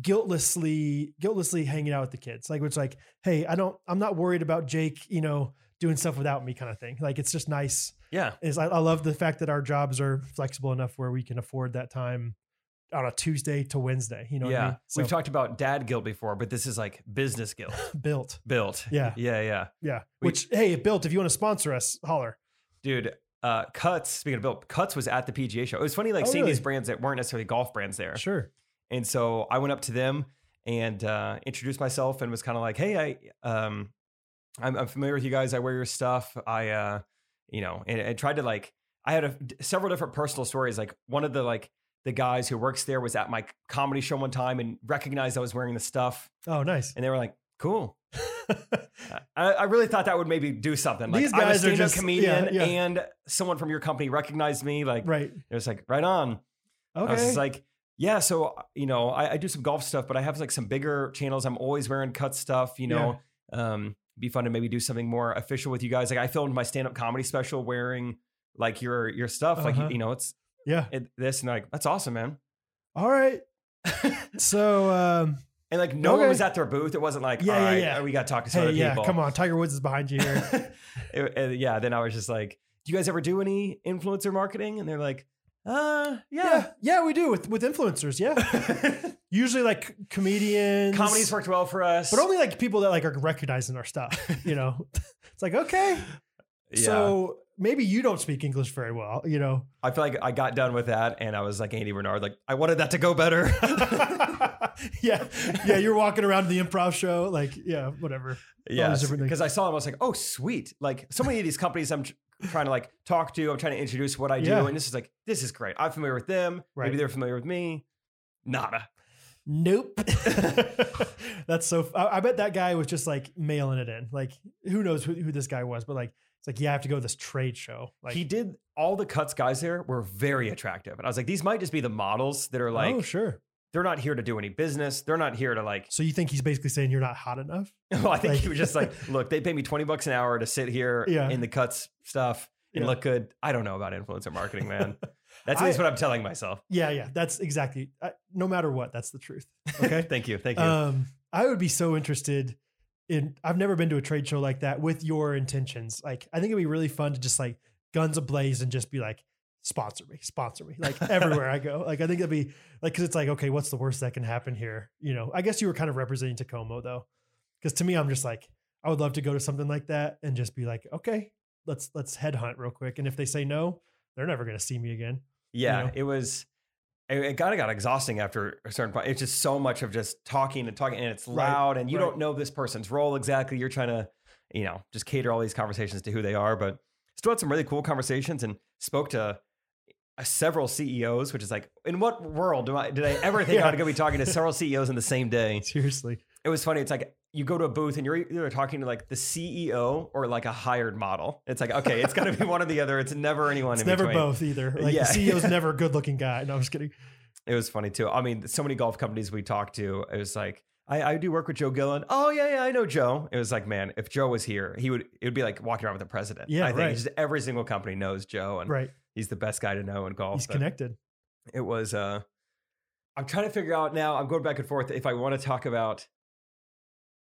Speaker 2: guiltlessly, guiltlessly hanging out with the kids. Like it's like, hey, I don't, I'm not worried about Jake, you know, doing stuff without me, kind of thing. Like it's just nice.
Speaker 1: Yeah.
Speaker 2: Is I, I love the fact that our jobs are flexible enough where we can afford that time on a Tuesday to Wednesday. You know, what I
Speaker 1: yeah.
Speaker 2: mean?
Speaker 1: We've talked about dad guilt before, but this is like business guilt
Speaker 2: built.
Speaker 1: built.
Speaker 2: Yeah.
Speaker 1: Yeah. Yeah.
Speaker 2: Yeah.
Speaker 1: We-
Speaker 2: Which, hey, it built. If you want to sponsor us, holler.
Speaker 1: Dude, uh, Cuts, speaking of built, Cuts was at the PGA show. It was funny like
Speaker 2: Oh,
Speaker 1: seeing these
Speaker 2: really?
Speaker 1: brands that weren't necessarily golf brands there.
Speaker 2: Sure.
Speaker 1: And so I went up to them and uh, introduced myself and was kind of like, "Hey, I, um, I'm, I'm familiar with you guys. I wear your stuff. I, uh, you know," and, and tried to like I had a, several different personal stories. Like one of the like the guys who works there was at my comedy show one time and recognized I was wearing the stuff,
Speaker 2: Oh, nice.
Speaker 1: and they were like, "Cool." Uh, I, I really thought that would maybe do something. Like,
Speaker 2: These
Speaker 1: I'm a
Speaker 2: guys are
Speaker 1: stand-up
Speaker 2: just-
Speaker 1: comedian,
Speaker 2: yeah, yeah.
Speaker 1: and someone from your company recognized me. Like,
Speaker 2: right.
Speaker 1: it was like right on. I was
Speaker 2: Okay.
Speaker 1: just like, yeah, so uh, you know, I, I do some golf stuff, but I have like some bigger channels. I'm always wearing cut stuff, you know. Um, be fun to maybe do something more official with you guys. Like I filmed my stand-up comedy special wearing like your your stuff. Like you,
Speaker 2: Uh-huh.
Speaker 1: you know, it's
Speaker 2: yeah.
Speaker 1: it, this and like that's awesome, man.
Speaker 2: All right. so, um,
Speaker 1: And like no
Speaker 2: Okay.
Speaker 1: one was at their booth. It wasn't like,
Speaker 2: Yeah,
Speaker 1: all
Speaker 2: yeah,
Speaker 1: right,
Speaker 2: yeah.
Speaker 1: we got to talk to some
Speaker 2: hey,
Speaker 1: other
Speaker 2: yeah,
Speaker 1: people.
Speaker 2: come on. Tiger Woods is behind you here.
Speaker 1: It- and yeah, then I was just like, do you guys ever do any influencer marketing? And they're like, uh, yeah.
Speaker 2: yeah. Yeah, we do with, with influencers. Yeah. Usually like comedians.
Speaker 1: Comedy's worked well for us.
Speaker 2: But only like people that like are recognizing our stuff, you know? it's like, okay.
Speaker 1: Yeah.
Speaker 2: So maybe you don't speak English very well, you know?
Speaker 1: I feel like I got done with that and I was like Andy Bernard, like I wanted that to go better.
Speaker 2: yeah. Yeah. You're walking around the improv show. Like, yeah, whatever.
Speaker 1: yeah.
Speaker 2: different things.
Speaker 1: Because I saw him, I was like, oh sweet. Like so many of these companies I'm tr- trying to like talk to, I'm trying to introduce what I do.
Speaker 2: Yeah.
Speaker 1: And this is like, this is great. I'm familiar with them.
Speaker 2: Right.
Speaker 1: Maybe they're familiar with me. Nada.
Speaker 2: Nope. That's so. f- I, I bet that guy was just like mailing it in. Like, who knows who, who this guy was, but like, it's like, yeah, I have to go to this trade show. Like,
Speaker 1: he did all the cuts guys there were very attractive. And I was like, these might just be the models that are like
Speaker 2: oh, sure.
Speaker 1: they're not here to do any business. They're not here to like
Speaker 2: So you think he's basically saying you're not hot enough?
Speaker 1: Well, I think
Speaker 2: Like-
Speaker 1: he was just like, look, they pay me 20 bucks an hour to sit here
Speaker 2: Yeah.
Speaker 1: in the cuts stuff and
Speaker 2: Yeah.
Speaker 1: look good. I don't know about influencer marketing, man. That's
Speaker 2: I-
Speaker 1: at least what I'm telling myself.
Speaker 2: Yeah, yeah. That's exactly. I, no matter what, that's the truth. Okay.
Speaker 1: Thank you. Thank you.
Speaker 2: um, I would be so interested in. I've never been to a trade show like that with your intentions. Like, I think it'd be really fun to just like guns ablaze and just be like, sponsor me, sponsor me, like everywhere I go. Like, I think that'd be like, cause it's like, okay, what's the worst that can happen here? You know, I guess you were kind of representing Tacoma though, because to me, I'm just like, I would love to go to something like that and just be like, okay, let's let's headhunt real quick, and if they say no, they're never gonna see me again.
Speaker 1: yeah,
Speaker 2: you know.
Speaker 1: it was, it, it kind of got exhausting after a certain point. It's just so much of just talking and talking and it's
Speaker 2: Right,
Speaker 1: loud and you
Speaker 2: right.
Speaker 1: don't know this person's role exactly. You're trying to, you know, just cater all these conversations to who they are, but still had some really cool conversations and spoke to uh, several CEOs, which is like, in what world do I, did I ever think
Speaker 2: Yeah.
Speaker 1: I was going to be talking to several CEOs in the same day?
Speaker 2: Seriously,
Speaker 1: it was funny. It's like you go to a booth and you're either talking to like the CEO or like a hired model. It's like okay, it's got to be one or the other. It's never anyone.
Speaker 2: it's
Speaker 1: in
Speaker 2: never
Speaker 1: between.
Speaker 2: both either. Like
Speaker 1: Yeah.
Speaker 2: the CEO's never a good looking guy. No, I'm just kidding.
Speaker 1: It was funny too. I mean, so many golf companies we talked to. It was like I, I do work with Joe Gillen. Oh yeah, yeah, I know Joe. It was like man, if Joe was here, he would. It would be like walking around with the president.
Speaker 2: Yeah,
Speaker 1: I think
Speaker 2: right.
Speaker 1: just every single company knows Joe, and
Speaker 2: Right.
Speaker 1: he's the best guy to know in golf.
Speaker 2: He's
Speaker 1: but
Speaker 2: connected.
Speaker 1: It was. uh I'm trying to figure out now. I'm going back and forth if I want to talk about.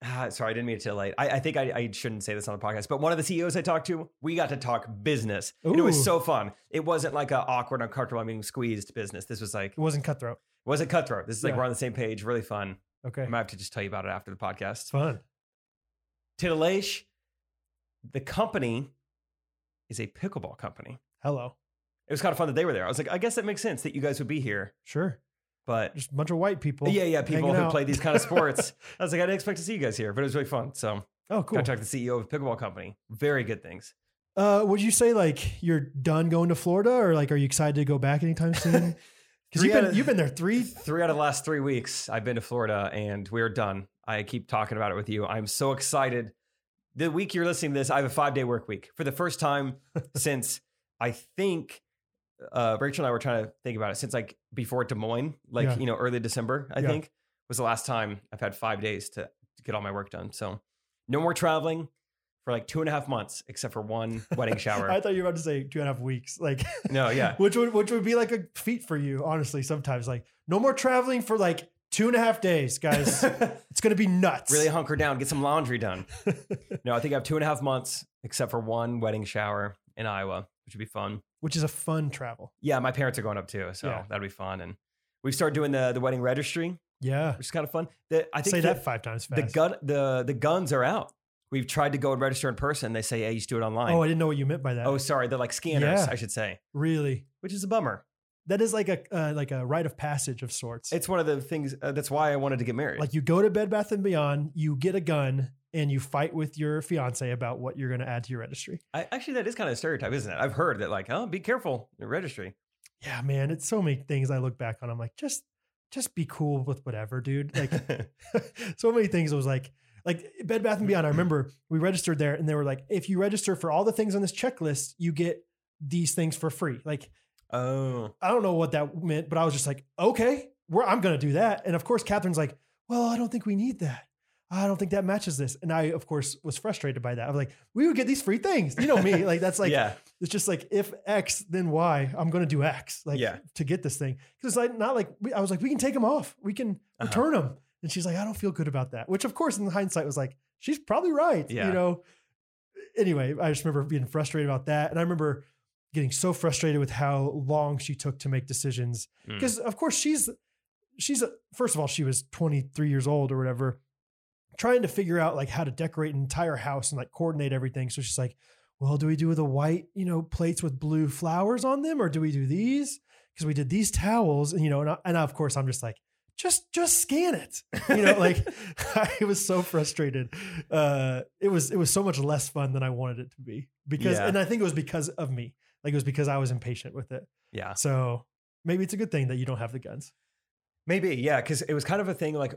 Speaker 1: Ah, sorry, I didn't mean to delay. I, I think I, I shouldn't say this on the podcast, but one of the CEOs I talked to, we got to talk business. And it
Speaker 2: Ooh.
Speaker 1: was so fun. It wasn't like a awkward, uncomfortable, I'm being squeezed business. This was like,
Speaker 2: It wasn't cutthroat.
Speaker 1: was it cutthroat? This is like
Speaker 2: Yeah.
Speaker 1: we're on the same page. Really fun.
Speaker 2: Okay.
Speaker 1: I might have to just tell you about it after the
Speaker 2: It's
Speaker 1: podcast.
Speaker 2: fun.
Speaker 1: Titillash, the company is a pickleball company.
Speaker 2: Hello.
Speaker 1: It was kind of fun that they were there. I was like, I guess that makes sense that you guys would be here,
Speaker 2: Sure.
Speaker 1: but
Speaker 2: Just a bunch of white people.
Speaker 1: Yeah, yeah, people
Speaker 2: hanging
Speaker 1: who
Speaker 2: out.
Speaker 1: play these kind of sports. I was like, I didn't expect to see you guys here, but it was really fun. So
Speaker 2: Oh, cool.
Speaker 1: got to talk to the CEO of a pickleball company. Very good things.
Speaker 2: Uh, would you say like you're done going to Florida or like are you excited to go back anytime soon? Because
Speaker 1: Three
Speaker 2: you've
Speaker 1: out
Speaker 2: been,
Speaker 1: of-
Speaker 2: you've been there three.
Speaker 1: Three out of the last three weeks, I've been to Florida, and we're done. I keep talking about it with you. I'm so excited. The week you're listening to this, I have a five day work week for the first time since I think uh, Rachel and I were trying to think about it since like before Des Moines, like
Speaker 2: Yeah.
Speaker 1: you know early December. I
Speaker 2: Yeah.
Speaker 1: think was the last time I've had five days to to get all my work done. So no more traveling for like two and a half months, except for one wedding shower.
Speaker 2: I thought you were about to say two and a half weeks. Like,
Speaker 1: no, yeah.
Speaker 2: which would which would be like a feat for you, honestly. Sometimes like no more traveling for like two and a half days, guys. it's gonna be nuts.
Speaker 1: really hunker down, get some laundry done. no, I think I have two and a half months, except for one wedding shower in Iowa, which would be fun.
Speaker 2: Which is a fun travel.
Speaker 1: Yeah, my parents are going up too, so
Speaker 2: Yeah.
Speaker 1: that'll be fun. And we've started doing the the wedding registry,
Speaker 2: Yeah.
Speaker 1: which is kind of fun. The, I think
Speaker 2: Say
Speaker 1: the,
Speaker 2: that five times
Speaker 1: the
Speaker 2: fast.
Speaker 1: gun the the guns are out. We've tried to go and register in person. They say, "Hey, you should do it online."
Speaker 2: oh,
Speaker 1: Oh,
Speaker 2: I didn't know what you meant by that.
Speaker 1: sorry, they're like scanners,
Speaker 2: Yeah.
Speaker 1: I should say,
Speaker 2: really?
Speaker 1: which is a bummer.
Speaker 2: That is like a uh, like a rite of passage of sorts.
Speaker 1: It's one of the things uh, that's why I wanted to get married.
Speaker 2: like you go to Bed Bath and Beyond, you get a gun, and you fight with your fiance about what you're going to add to your registry.
Speaker 1: I, actually, that is kind of a stereotype, isn't it? I've heard that, like, oh, be careful, the registry.
Speaker 2: Yeah, man, it's so many things I look back on. I'm like, just just be cool with whatever, dude. Like so many things. It was like like Bed Bath and Beyond. I remember we registered there, and they were like, if you register for all the things on this checklist, you get these things for free. Like
Speaker 1: oh,
Speaker 2: I don't know what that meant, but I was just like, okay, we're, I'm going to do that. And of course, Catherine's like, well, I don't think we need that. I don't think that matches this. And I, of course, was frustrated by that. I was like, we would get these free things. You know me. Like, that's like,
Speaker 1: yeah,
Speaker 2: it's just like, if X, then Y, I'm going to do X, like,
Speaker 1: Yeah.
Speaker 2: to get this thing. Cause it's like, not like, we, I was like, we can take them off. We can
Speaker 1: Uh-huh.
Speaker 2: return them. And she's like, I don't feel good about that. Which, of course, in hindsight was like, she's probably right.
Speaker 1: Yeah.
Speaker 2: You know, anyway, I just remember being frustrated about that. And I remember getting so frustrated with how long she took to make decisions
Speaker 1: Mm.
Speaker 2: because of course she's she's a, first of all she was 23 years old or whatever trying to figure out like how to decorate an entire house and like coordinate everything so she's like well do we do the white you know plates with blue flowers on them or do we do these because we did these towels and you know and, I, and of course i'm just like just just scan it you know like i was so frustrated uh it was it was so much less fun than i wanted it to be because
Speaker 1: Yeah.
Speaker 2: and i think it was because of me like it was because i was impatient with it
Speaker 1: yeah.
Speaker 2: so maybe it's a good thing that you don't have the guns.
Speaker 1: Maybe, yeah, because it was kind of a thing like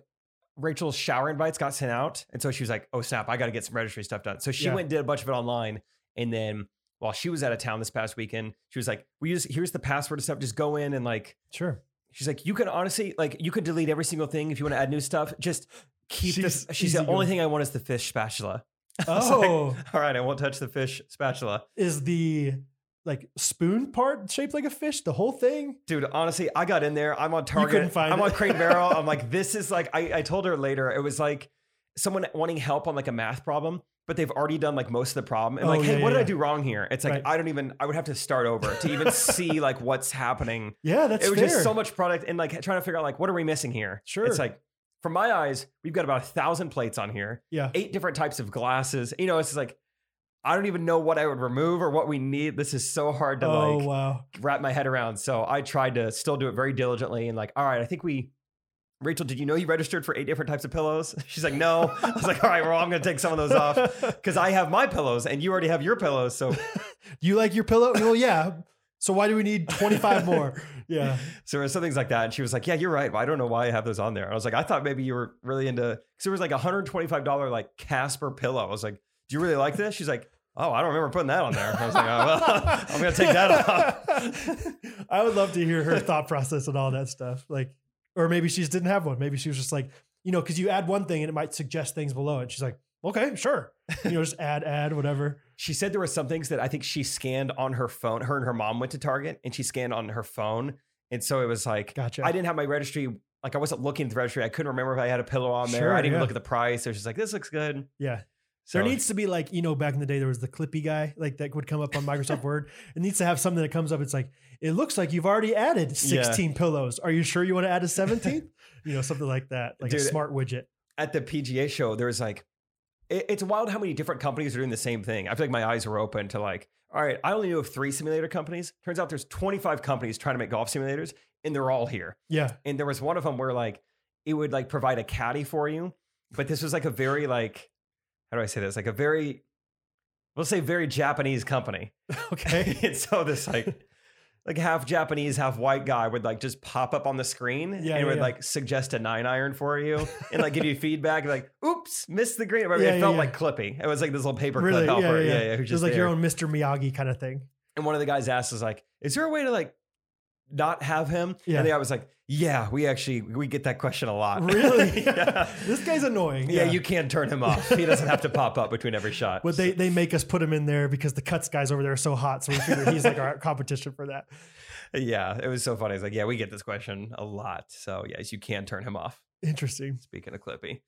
Speaker 1: Rachel's shower invites got sent out. And so she was like, oh, snap, I got to get some registry stuff done. So she
Speaker 2: Yeah.
Speaker 1: went and did a bunch of it online. And then while she was out of town this past weekend, she was like, we just, here's the password and stuff. Just go in and like,
Speaker 2: Sure.
Speaker 1: she's like, you can honestly, like, you could delete every single thing if you want to add new stuff. Just keep this.
Speaker 2: She's
Speaker 1: She's the only
Speaker 2: easygoing.
Speaker 1: thing I want is the fish spatula. was like-
Speaker 2: Oh,
Speaker 1: All right, I won't touch the fish spatula.
Speaker 2: is the like spoon part shaped like a fish? The whole thing?
Speaker 1: Dude, honestly, I got in there. I'm on Target.
Speaker 2: couldn't find
Speaker 1: I'm
Speaker 2: it.
Speaker 1: on Crate and Barrel. I'm like, this is like, I, I told her later, it was like someone wanting help on like a math problem, but they've already done like most of the problem. And
Speaker 2: Oh,
Speaker 1: like, hey,
Speaker 2: yeah,
Speaker 1: what did I
Speaker 2: yeah.
Speaker 1: do wrong here? It's like,
Speaker 2: Right.
Speaker 1: I don't even, I would have to start over to even see like what's happening.
Speaker 2: Yeah, that's
Speaker 1: it was
Speaker 2: fair.
Speaker 1: just so much product and like trying to figure out like, what are we missing here?
Speaker 2: Sure.
Speaker 1: It's like, from my eyes, we've got about a thousand plates on here,
Speaker 2: yeah.
Speaker 1: eight different types of glasses. You know, it's just like, I don't even know what I would remove or what we need. This is so hard to
Speaker 2: Oh
Speaker 1: like
Speaker 2: wow.
Speaker 1: wrap my head around. So I tried to still do it very diligently and like, all right, I think we Rachel, did you know you registered for eight different types of pillows? She's like, no. I was like, all right, well, I'm gonna take some of those off. Cause I have my pillows and you already have your pillows. So
Speaker 2: you like your pillow? Well, yeah. So why do we need 25 more? Yeah.
Speaker 1: so there was some things like that. And she was like, Yeah, you're right. Well, I don't know why I have those on there. And I was like, I thought maybe you were really into because there was like a hundred twenty-five dollar like Casper pillow. I was like, Do you really like this? She's like, Oh, I don't remember putting that on there. I was like, oh, well, I'm gonna take that off.
Speaker 2: off. I would love to hear her thought process and all that stuff. Like, or maybe she just didn't have one. Maybe she was just like, you know, because you add one thing and it might suggest things below it. She's like, okay, sure. You know, just add, add, whatever.
Speaker 1: She said there were some things that I think she scanned on her phone. Her and her mom went to Target and she scanned on her phone. And so it was like,
Speaker 2: Gotcha.
Speaker 1: I didn't have my registry. Like I wasn't looking at the registry. I couldn't remember if I had a pillow on there.
Speaker 2: Sure,
Speaker 1: I didn't even
Speaker 2: yeah.
Speaker 1: look at the price. So she's like, this looks good.
Speaker 2: Yeah.
Speaker 1: So
Speaker 2: there needs to be like, you know, back in the day, there was the clippy guy like that would come up on Microsoft Word. It needs to have something that comes up. It's like, it looks like you've already added 16 pillows. Are you sure you want to add a 17th? you know, something like that, like
Speaker 1: Dude,
Speaker 2: a smart widget.
Speaker 1: at the PGA show, there was like, it- it's wild how many different companies are doing the same thing. I feel like my eyes were open to like, all right, I only knew of three simulator companies. Turns out there's 25 companies trying to make golf simulators and they're all here.
Speaker 2: Yeah.
Speaker 1: and there was one of them where like it would like provide a caddy for you but this was like a very like how do i say this like a very we'll say very japanese company
Speaker 2: Okay.
Speaker 1: and so this like like half japanese half white guy would like just pop up on the screen and
Speaker 2: Yeah,
Speaker 1: it
Speaker 2: yeah,
Speaker 1: would
Speaker 2: yeah.
Speaker 1: like suggest a nine iron for you and like give you feedback like oops missed the green I mean,
Speaker 2: Yeah,
Speaker 1: it
Speaker 2: yeah,
Speaker 1: felt
Speaker 2: yeah.
Speaker 1: like clippy it was like this little paper clip
Speaker 2: really? Yeah. Yeah.
Speaker 1: helper
Speaker 2: yeah.
Speaker 1: yeah, who's
Speaker 2: it was
Speaker 1: just
Speaker 2: like your
Speaker 1: there.
Speaker 2: own Mr. Miyagi kind of thing.
Speaker 1: And one of the guys asked, "Is like, is there a way to like not have him?"
Speaker 2: Yeah.
Speaker 1: And the guy was like, "Yeah, we actually we get that question a lot.
Speaker 2: Really?
Speaker 1: yeah.
Speaker 2: this guy's annoying.
Speaker 1: Yeah, you can turn him off. He doesn't have to pop up between every shot.
Speaker 2: But they, they make us put him in there because the cuts guys over there are so hot. So we figure he's like our competition for that.
Speaker 1: yeah, it was so funny. It's like, yeah, we get this question a lot. So yes, you can turn him off.
Speaker 2: Interesting.
Speaker 1: Speaking of Clippy,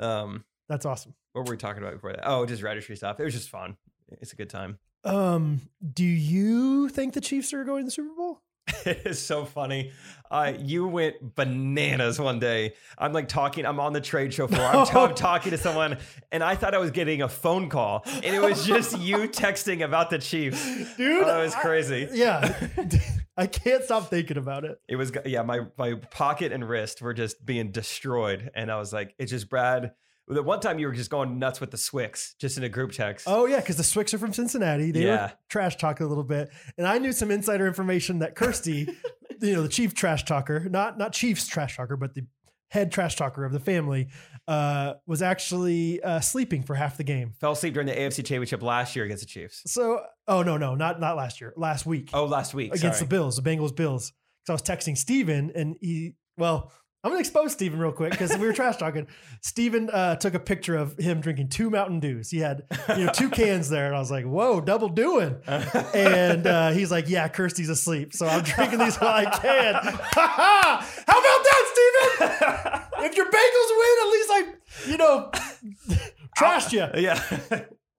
Speaker 1: um,
Speaker 2: That's awesome.
Speaker 1: what were we talking about before that? Oh, just registry stuff. It was just fun. It's a good time.
Speaker 2: Um, do you think the Chiefs are going to the Super Bowl?
Speaker 1: It is so funny. Uh, you went bananas one day. I'm like talking. I'm on the trade show floor. I'm, I'm talking to someone, and I thought I was getting a phone call, and it was just you texting about the Chiefs.
Speaker 2: Dude,
Speaker 1: Oh, that was
Speaker 2: I-
Speaker 1: crazy.
Speaker 2: yeah. I can't stop thinking about it.
Speaker 1: It was yeah, my my pocket and wrist were just being destroyed, and I was like, it's just Brad. The one time you were just going nuts with the Swix, just in a group text.
Speaker 2: Oh yeah, because the Swicks are from Cincinnati. They
Speaker 1: Yeah.
Speaker 2: were trash talking a little bit, and I knew some insider information that Kirsty, you know, the chief trash talker, not not Chiefs trash talker, but the head trash talker of the family, uh, was actually uh, sleeping for half the game.
Speaker 1: Fell asleep during the AFC Championship last year against the Chiefs.
Speaker 2: So, oh no, no, not not last year, last week
Speaker 1: Oh, last week
Speaker 2: against
Speaker 1: sorry.
Speaker 2: the Bills, the Bengals Bills. Because I was texting Steven and he, well, I'm gonna expose Steven real quick because we were trash talking. Steven uh, took a picture of him drinking two Mountain Dews. He had you know two cans there, and I was like, "Whoa, double doing!" And uh, he's like, "Yeah, Kirsty's asleep, so I'm drinking these while I can." How about that, Steven? if your Bengals win, at least I, you know, trashed you.
Speaker 1: yeah,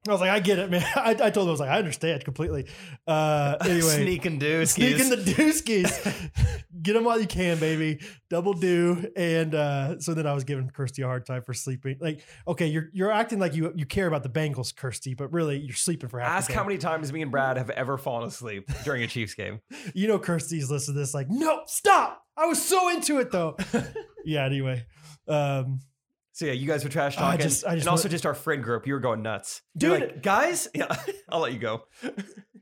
Speaker 2: I was like, I get it, man. I, I told him, I was like, I understand completely. Uh, anyway,
Speaker 1: sneaking dudes,
Speaker 2: Sneaking the dooskies. Get them while you can, baby. Double do. And uh, so then I was giving Kirsty a hard time for sleeping. Like, okay, you're you're acting like you you care about the Bengals, Kirsty, but really you're sleeping for half
Speaker 1: Ask
Speaker 2: the
Speaker 1: how
Speaker 2: game.
Speaker 1: many times me and Brad have ever fallen asleep during a Chiefs game.
Speaker 2: You know Kirsty's listening to this like, no, stop. I was so into it though. yeah, anyway. Um,
Speaker 1: So yeah, you guys were trash
Speaker 2: Oh, I
Speaker 1: talking,
Speaker 2: just- I just
Speaker 1: and also
Speaker 2: want-
Speaker 1: just our friend group. You were going nuts, You're
Speaker 2: Dude.
Speaker 1: like, guys, yeah, I'll let you go.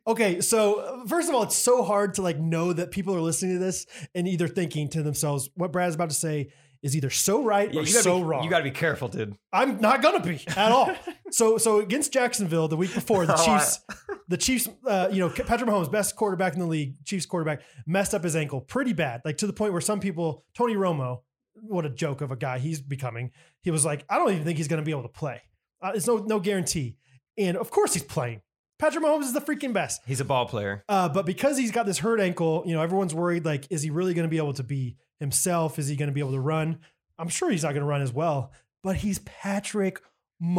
Speaker 2: okay, so uh, first of all, it's so hard to like know that people are listening to this and either thinking to themselves, what Brad's about to say is either so right
Speaker 1: Yeah,
Speaker 2: or
Speaker 1: you gotta
Speaker 2: so
Speaker 1: be,
Speaker 2: wrong.
Speaker 1: You got to be careful, dude.
Speaker 2: I'm not gonna be at all. so so against Jacksonville the week before the
Speaker 1: Oh, I-
Speaker 2: Chiefs, the Chiefs, uh, you know Patrick Mahomes, best quarterback in the league, Chiefs quarterback, messed up his ankle pretty bad, like to the point where some people, Tony Romo, what a joke of a guy he's becoming. He was like, I don't even think he's gonna be able to play. Uh, it's no no guarantee, and of course he's playing. Patrick Mahomes is the freaking best.
Speaker 1: He's a ball player.
Speaker 2: Uh, but because he's got this hurt ankle, you know, everyone's worried like, is he really going to be able to be himself? Is he going to be able to run? I'm sure he's not going to run as well, but he's Patrick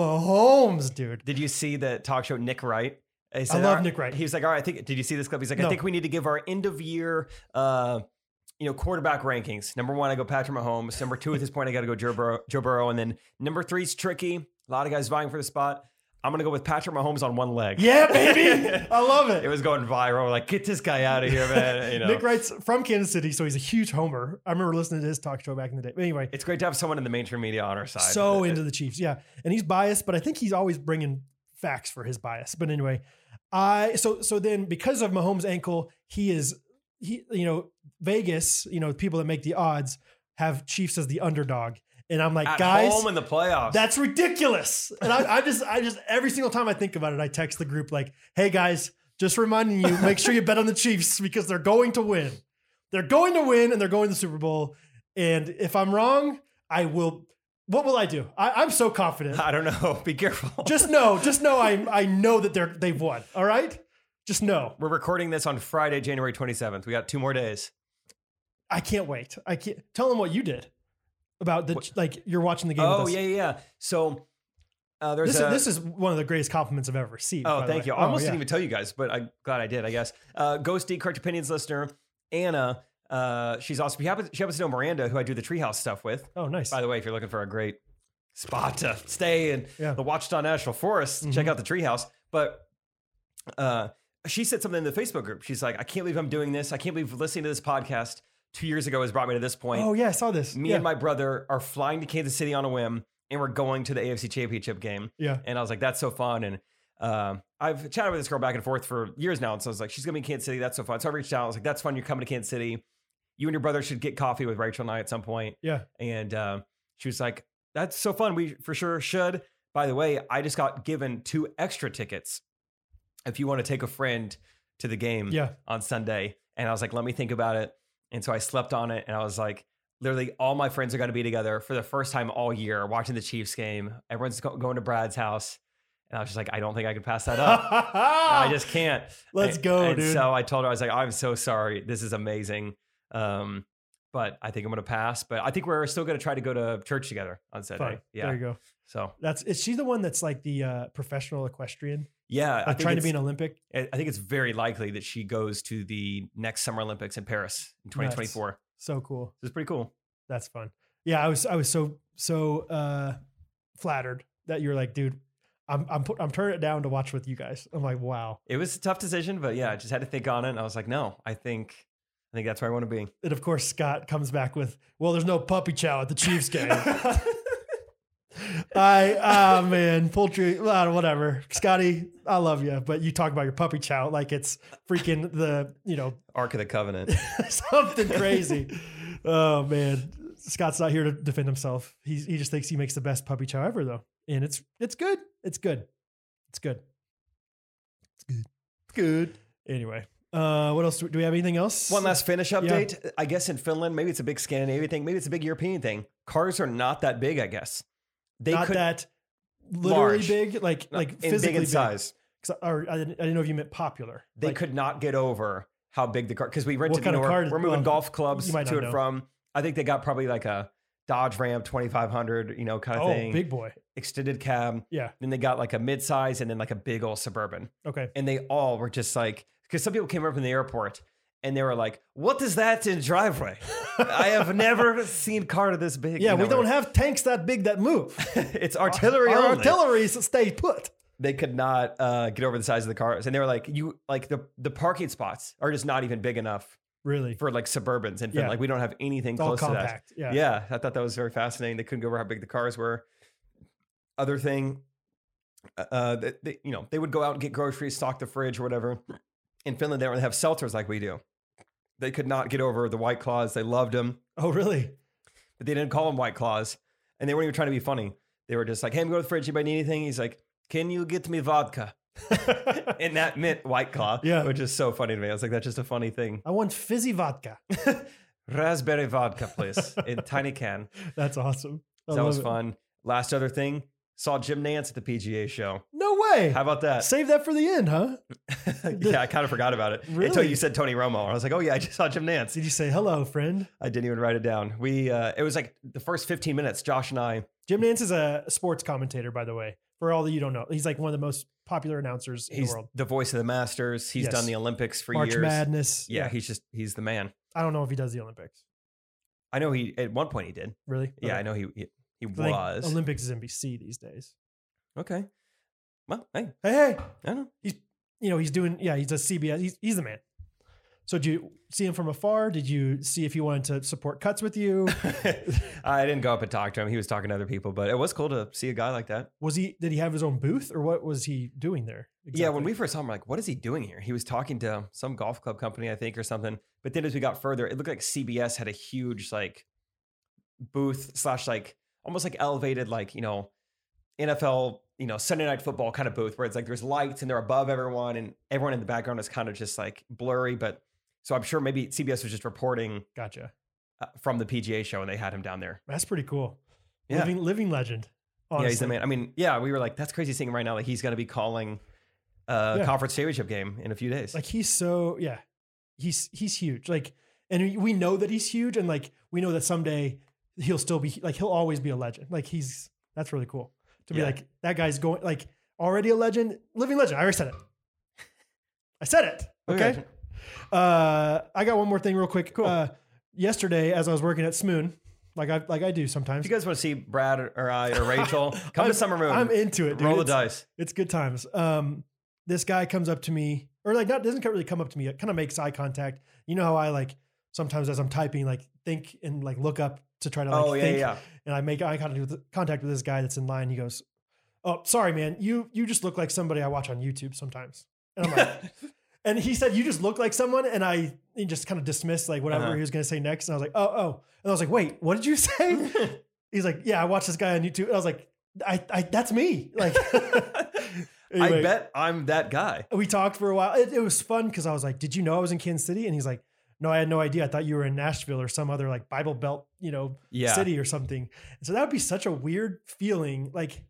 Speaker 2: Mahomes, dude.
Speaker 1: Did you see the talk show Nick Wright? He
Speaker 2: love
Speaker 1: "All
Speaker 2: Nick Wright."
Speaker 1: He was like, "All right, I think." Did you see this clip? He's like,
Speaker 2: No.
Speaker 1: "I think we need to give our end of year, uh, you know, quarterback rankings. Number one, I go Patrick Mahomes. Number two, at this point, I got to go Joe Burrow, Joe Burrow, and then number three's tricky. A lot of guys vying for the spot. I'm gonna go with Patrick Mahomes on one leg.
Speaker 2: Yeah, baby. I love it.
Speaker 1: It was going viral. We're like, get this guy out of here, man. You know,
Speaker 2: Nick Wright's from Kansas City, so he's a huge homer. I remember listening to his talk show back in the day. But anyway,
Speaker 1: it's great to have someone in the mainstream media on our side.
Speaker 2: so into the Chiefs. Yeah. And he's biased, but I think he's always bringing facts for his bias. But anyway, I so so then because of Mahomes' ankle, he is he you know Vegas, you know, people that make the odds have Chiefs as the underdog. And I'm like,
Speaker 1: At
Speaker 2: guys,
Speaker 1: home in the playoffs.
Speaker 2: that's ridiculous. And I, I just, I just, every single time I think about it, I text the group like, hey guys, just reminding you, make sure you bet on the Chiefs because they're going to win. They're going to win and they're going to the Super Bowl. And if I'm wrong, I will, what will I do? I, I'm so confident.
Speaker 1: I don't know. Be careful.
Speaker 2: Just know, just know I, I know that they're, they've won. All right. Just know.
Speaker 1: We're recording this on Friday, January 27th. We got two more days.
Speaker 2: I can't wait. I can't tell them what you did about the, like you're watching the game.
Speaker 1: Oh
Speaker 2: with us.
Speaker 1: yeah, yeah. yeah. So uh, there's
Speaker 2: This
Speaker 1: a.
Speaker 2: is, this is one of the greatest compliments I've ever received. by
Speaker 1: oh,
Speaker 2: the
Speaker 1: thank
Speaker 2: way.
Speaker 1: you. I
Speaker 2: Oh,
Speaker 1: almost
Speaker 2: yeah.
Speaker 1: didn't even tell you guys, but I'm glad I did. I guess. Uh, Ghosty, correct opinions listener Anna. Uh, she's awesome. She happens, she happens to know Miranda, who I do the Treehouse stuff with.
Speaker 2: Oh, nice.
Speaker 1: By the way, if you're looking for a great spot to stay in
Speaker 2: Yeah. Mm-hmm.
Speaker 1: the Watchdown National Forest, check out the treehouse. But uh, she said something in the Facebook group. She's like, I can't believe I'm doing this. I can't believe listening to this podcast two years ago has brought me to this point.
Speaker 2: Oh yeah, I saw this.
Speaker 1: me
Speaker 2: yeah.
Speaker 1: and my brother are flying to Kansas City on a whim and we're going to the AFC Championship game.
Speaker 2: yeah.
Speaker 1: And I was like, that's so fun. And um, I've chatted with this girl back and forth for years now. And so I was like, she's going to be in Kansas City. That's so fun. So I reached out. I was like, that's fun. You're coming to Kansas City. You and your brother should get coffee with Rachel and I at some point.
Speaker 2: Yeah.
Speaker 1: And uh, she was like, that's so fun. We for sure should. By the way, I just got given two extra tickets if you want to take a friend to the game
Speaker 2: Yeah.
Speaker 1: on Sunday. And I was like, let me think about it. And so I slept on it and I was like, literally all my friends are going to be together for the first time all year watching the Chiefs game. Everyone's go- going to Brad's house. And I was just like, I don't think I could pass that up. I just can't.
Speaker 2: Let's
Speaker 1: And-
Speaker 2: go,
Speaker 1: and
Speaker 2: dude.
Speaker 1: So I told her, I was like, I'm so sorry. This is amazing. Um, but I think I'm going to pass. But I think we're still going to try to go to church together on Sunday.
Speaker 2: Fine.
Speaker 1: Yeah.
Speaker 2: There you go.
Speaker 1: So,
Speaker 2: That's is she the one that's like the uh, professional equestrian,
Speaker 1: yeah. I
Speaker 2: like
Speaker 1: think
Speaker 2: trying to be
Speaker 1: it's-
Speaker 2: an Olympic?
Speaker 1: I I think it's very likely that she goes to the next Summer Olympics in Paris in 2024.
Speaker 2: So cool.
Speaker 1: This is pretty cool.
Speaker 2: That's fun. Yeah, I was I was so so uh, flattered that you're like, dude, I'm I'm put, I'm turning it down to watch with you guys. I'm like, wow.
Speaker 1: It was a tough decision, but yeah, I just had to think on it. And I was like, no, I think I think that's where I want to be.
Speaker 2: And of course, Scott comes back with, "Well, there's no puppy chow at the Chiefs game." I ah man, poultry, ah, whatever. Scotty, I love you, but you talk about your puppy chow like it's freaking the you know
Speaker 1: Ark of the Covenant.
Speaker 2: something crazy. oh man, Scott's not here to defend himself. He he just thinks he makes the best puppy chow ever though, and it's it's good. It's good. It's good. It's good. It's good. Anyway, uh, what else do, do we have? Anything else?
Speaker 1: One last finish
Speaker 2: Yeah.
Speaker 1: update. I guess in Finland, maybe it's a big Scandinavian thing, maybe it's a big European thing. Cars are not that big, I guess. They
Speaker 2: not
Speaker 1: could
Speaker 2: that literally
Speaker 1: Large.
Speaker 2: big, like
Speaker 1: no,
Speaker 2: like
Speaker 1: in
Speaker 2: physically
Speaker 1: big in size.
Speaker 2: 'Cause I- or I didn't, I didn't know if you meant popular.
Speaker 1: They
Speaker 2: Like,
Speaker 1: could not get over how big the car because we rented
Speaker 2: kind of
Speaker 1: Nor-
Speaker 2: car did-
Speaker 1: we're moving
Speaker 2: well,
Speaker 1: golf clubs
Speaker 2: you
Speaker 1: to
Speaker 2: might
Speaker 1: and
Speaker 2: not know.
Speaker 1: from. I think they got probably like a Dodge Ram 2500, you know, kind of
Speaker 2: oh,
Speaker 1: thing.
Speaker 2: big boy.
Speaker 1: Extended cab.
Speaker 2: Yeah.
Speaker 1: Then they got like a midsize and then like a big old suburban.
Speaker 2: Okay.
Speaker 1: and they all were just like because some people came up in the airport and they were like what is that in driveway i have never seen car this big
Speaker 2: Yeah,
Speaker 1: You know,
Speaker 2: we don't have tanks that big that move.
Speaker 1: it's artillery
Speaker 2: Our
Speaker 1: only.
Speaker 2: artillery s- stay put.
Speaker 1: they could not uh, get over the size of the cars and they were like you like the the parking spots are just not even big enough
Speaker 2: Really, it's
Speaker 1: for like suburbans and
Speaker 2: Yeah.
Speaker 1: like we don't have anything
Speaker 2: all
Speaker 1: close to that
Speaker 2: compact.
Speaker 1: yeah.
Speaker 2: Yeah.
Speaker 1: I thought that was very fascinating. They couldn't go over how big the cars were. Other thing, uh, that they, you know, they would go out and get groceries, stock the fridge or whatever. In Finland, they don't really have seltzers like we do. They could not get over the White Claws. They loved them,
Speaker 2: Oh, really?
Speaker 1: but they didn't call them White Claws, and they weren't even trying to be funny. They were just like, "Hey, I'm going to the fridge. Anybody need anything?" He's like, "Can you get me vodka?"
Speaker 2: I
Speaker 1: And that meant White Claw,
Speaker 2: Yeah.
Speaker 1: which is so funny to me. I was like, "That's just a funny thing."
Speaker 2: want fizzy vodka.
Speaker 1: Raspberry vodka, please, in tiny can.
Speaker 2: That's awesome. I
Speaker 1: that
Speaker 2: love
Speaker 1: was
Speaker 2: it.
Speaker 1: fun. Last other thing, saw Jim Nance at the PGA show.
Speaker 2: No way.
Speaker 1: How about that?
Speaker 2: Save that for the end, huh?
Speaker 1: yeah, I kind of forgot about it until
Speaker 2: Really?
Speaker 1: you said Tony Romo. I was like, oh yeah, I just saw Jim Nance.
Speaker 2: Did you say hello, friend?
Speaker 1: I didn't even write it down. We uh, it was like the first 15 minutes. Josh and I.
Speaker 2: Jim Nance is a sports commentator, by the way. For all that you don't know, he's like one of the most popular announcers in the
Speaker 1: He's
Speaker 2: world.
Speaker 1: the voice of the Masters. He's
Speaker 2: Yes.
Speaker 1: done the Olympics for
Speaker 2: March
Speaker 1: years.
Speaker 2: Madness.
Speaker 1: Yeah, he's just he's the man.
Speaker 2: I don't know if he does the Olympics.
Speaker 1: I know he at one point he did.
Speaker 2: Really?
Speaker 1: Yeah,
Speaker 2: Okay.
Speaker 1: I know he he, he
Speaker 2: I think
Speaker 1: was.
Speaker 2: Olympics is NBC these days.
Speaker 1: okay. Well, hey,
Speaker 2: Hey, hey,
Speaker 1: I don't know.
Speaker 2: you know he's doing. Yeah, he's a CBS. He's, he's the man. So did you see him from afar? Did you see if he wanted to support cuts with you?
Speaker 1: I didn't go up and talk to him. He was talking to other people, but it was cool to see a guy like that.
Speaker 2: Was he? Did he have his own booth, or what was he doing there?
Speaker 1: Yeah, when
Speaker 2: exactly?
Speaker 1: we first saw him, we're like, what is he doing here? He was talking to some golf club company, I think, or something. But then as we got further, it looked like CBS had a huge like booth slash like almost like elevated like you know NFL you know Sunday night football kind of booth where it's like there's lights and they're above everyone and everyone in the background is kind of just like blurry. But so I'm sure maybe CBS was just reporting
Speaker 2: gotcha.
Speaker 1: uh, from the PGA show and they had him down there.
Speaker 2: That's pretty cool.
Speaker 1: Yeah.
Speaker 2: Living living legend. Honestly.
Speaker 1: Yeah, he's the man. I mean, yeah, we were like, that's crazy seeing him right now. Like he's going to be calling uh
Speaker 2: Yeah.
Speaker 1: conference championship game in a few days.
Speaker 2: Like he's so yeah, he's he's huge. Like, and we know that he's huge, and like we know that someday he'll still be like he'll always be a legend. Like he's that's really cool to be
Speaker 1: Yeah.
Speaker 2: like that guy's going like already a legend, living legend. I already said it. I said it. Okay.
Speaker 1: Okay.
Speaker 2: Uh, I got one more thing real quick. Uh, yesterday, as I was working at Smoon, like I like I do sometimes.
Speaker 1: If you guys want to see Brad or I or Rachel, come
Speaker 2: I'm-
Speaker 1: to Summer Moon.
Speaker 2: I'm into it. Dude.
Speaker 1: Roll the
Speaker 2: It's-
Speaker 1: dice.
Speaker 2: it's good times. Um, this guy comes up to me, or like not doesn't really come up to me. It kind of makes eye contact. You know how I like sometimes as I'm typing, like think and like look up to try to like
Speaker 1: oh yeah,
Speaker 2: think,
Speaker 1: yeah.
Speaker 2: and I make eye contact with contact with this guy that's in line. He goes, "Oh, sorry, man. You you just look like somebody I watch on YouTube sometimes." And I'm like, and he said, "You just look like someone," and I he just kind of dismissed like whatever
Speaker 1: Uh-huh.
Speaker 2: he was going to say next. And I was like, "Oh, oh," and I was like, "Wait, what did you say?" He's like, "Yeah, I watch this guy on YouTube." And I was like, "I, I that's me." Like.
Speaker 1: I
Speaker 2: Anyway,
Speaker 1: bet I'm that guy.
Speaker 2: we talked for a while. It, it was fun because I was like, "Did you know I was in Kansas City?" And he's like, "No, I had no idea. I thought you were in Nashville or some other like Bible Belt, you know,
Speaker 1: Yeah.
Speaker 2: city or something." And so that would be such a weird feeling, like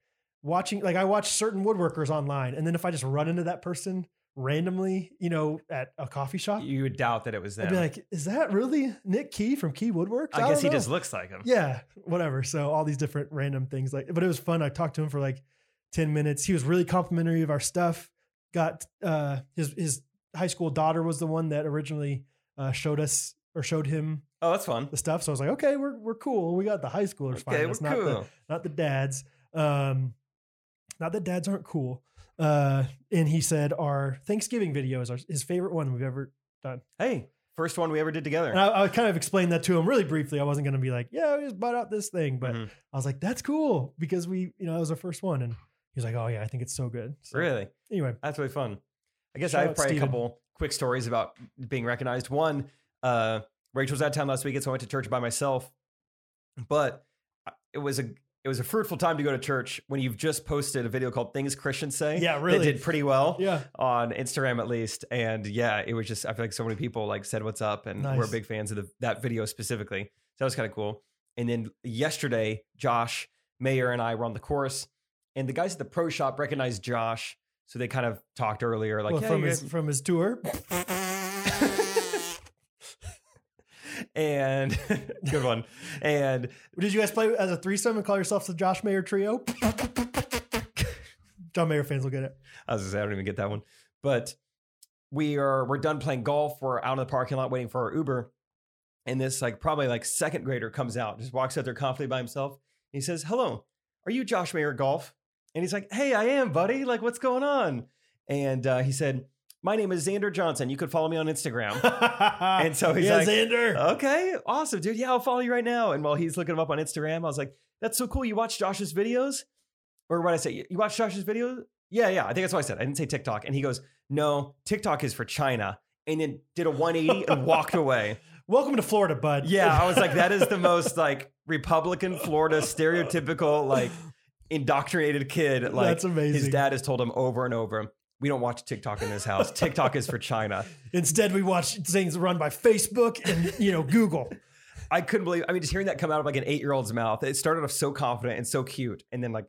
Speaker 2: watching. Like I watch certain woodworkers online, and then if I just run into that person randomly, you know, at a coffee shop,
Speaker 1: You would doubt that it was
Speaker 2: I'd
Speaker 1: them.
Speaker 2: be like, "Is that really Nick Key from Key Woodworks?"
Speaker 1: I guess
Speaker 2: don't
Speaker 1: he
Speaker 2: know."
Speaker 1: just looks like him.
Speaker 2: yeah, whatever. So all these different random things like, but it was fun. I talked to him for like 10 minutes. He was really complimentary of our stuff. Got, uh, his, his high school daughter was the one that originally, uh, showed us or showed him
Speaker 1: Oh, that's fun.
Speaker 2: the stuff. So I was like, okay, we're, we're cool. We got the high schoolers.
Speaker 1: Okay,
Speaker 2: finding
Speaker 1: we're
Speaker 2: us, not the,
Speaker 1: cool.
Speaker 2: not the dads. Um, not that dads aren't cool. Uh, and he said our Thanksgiving video is our, his favorite one we've ever done.
Speaker 1: Hey, First one we ever did together.
Speaker 2: And I, I kind of explained that to him really briefly. I wasn't going to be like, yeah, we just bought out this thing, but
Speaker 1: Mhm.
Speaker 2: I was like, that's cool because we, you know, that was our first one. And he was like, oh yeah, I think it's so good. So
Speaker 1: really?
Speaker 2: anyway,
Speaker 1: That's really fun. I guess
Speaker 2: Shout
Speaker 1: I have
Speaker 2: out
Speaker 1: probably
Speaker 2: Steven.
Speaker 1: a couple quick stories about being recognized. One, uh, Rachel's out of town last weekend, so I went to church by myself. But I- it was a it was a fruitful time to go to church when you've just posted a video called "Things Christians Say."
Speaker 2: Yeah,
Speaker 1: that
Speaker 2: really.
Speaker 1: did pretty well
Speaker 2: yeah,
Speaker 1: on Instagram at least. And yeah, it was just I feel like so many people like said what's up, and we're
Speaker 2: Nice.
Speaker 1: big fans of the, that video specifically. So that was kind of cool. And then yesterday, Josh Mayer and I were on the course, and the guys at the pro shop recognized Josh, so they kind of talked earlier, like
Speaker 2: well,
Speaker 1: "Yeah,
Speaker 2: from
Speaker 1: you
Speaker 2: his
Speaker 1: guys-"
Speaker 2: from his tour.
Speaker 1: and good one. And
Speaker 2: Did you guys play as a threesome and call yourselves the Josh Mayer Trio? John Mayer fans will get it.
Speaker 1: I was gonna say I don't even get that one. But we are we're done playing golf. We're out in the parking lot waiting for our Uber. And this like probably like second grader comes out, just walks out there confidently by himself. And he says, Hello, are you Josh Mayer at golf? And he's like, Hey, I am, buddy. Like, what's going on? And uh, he said, My name is Xander Johnson. You could follow me on Instagram.
Speaker 2: and
Speaker 1: so he's
Speaker 2: yeah,
Speaker 1: like, "Oh."
Speaker 2: Xander.
Speaker 1: okay, awesome, dude. Yeah, I'll follow you right now. And while he's looking him up on Instagram, I was like, that's so cool. You watch Josh's videos? Or what I say, you watch Josh's videos? Yeah, yeah. I think that's what I said. I didn't say TikTok. And he goes, no, TikTok is for China. And then did a 180 and walked away.
Speaker 2: Welcome to Florida, bud.
Speaker 1: Yeah, I was like, that is the most like Republican Florida stereotypical like indoctrinated kid. Like
Speaker 2: That's amazing.
Speaker 1: his dad has told him over and over, we don't watch TikTok in this house. TikTok is for China.
Speaker 2: Instead, we watch things run by Facebook and you know Google.
Speaker 1: I couldn't believe. I mean, just hearing that come out of like an eight year old's mouth. It started off so confident and so cute, and then like,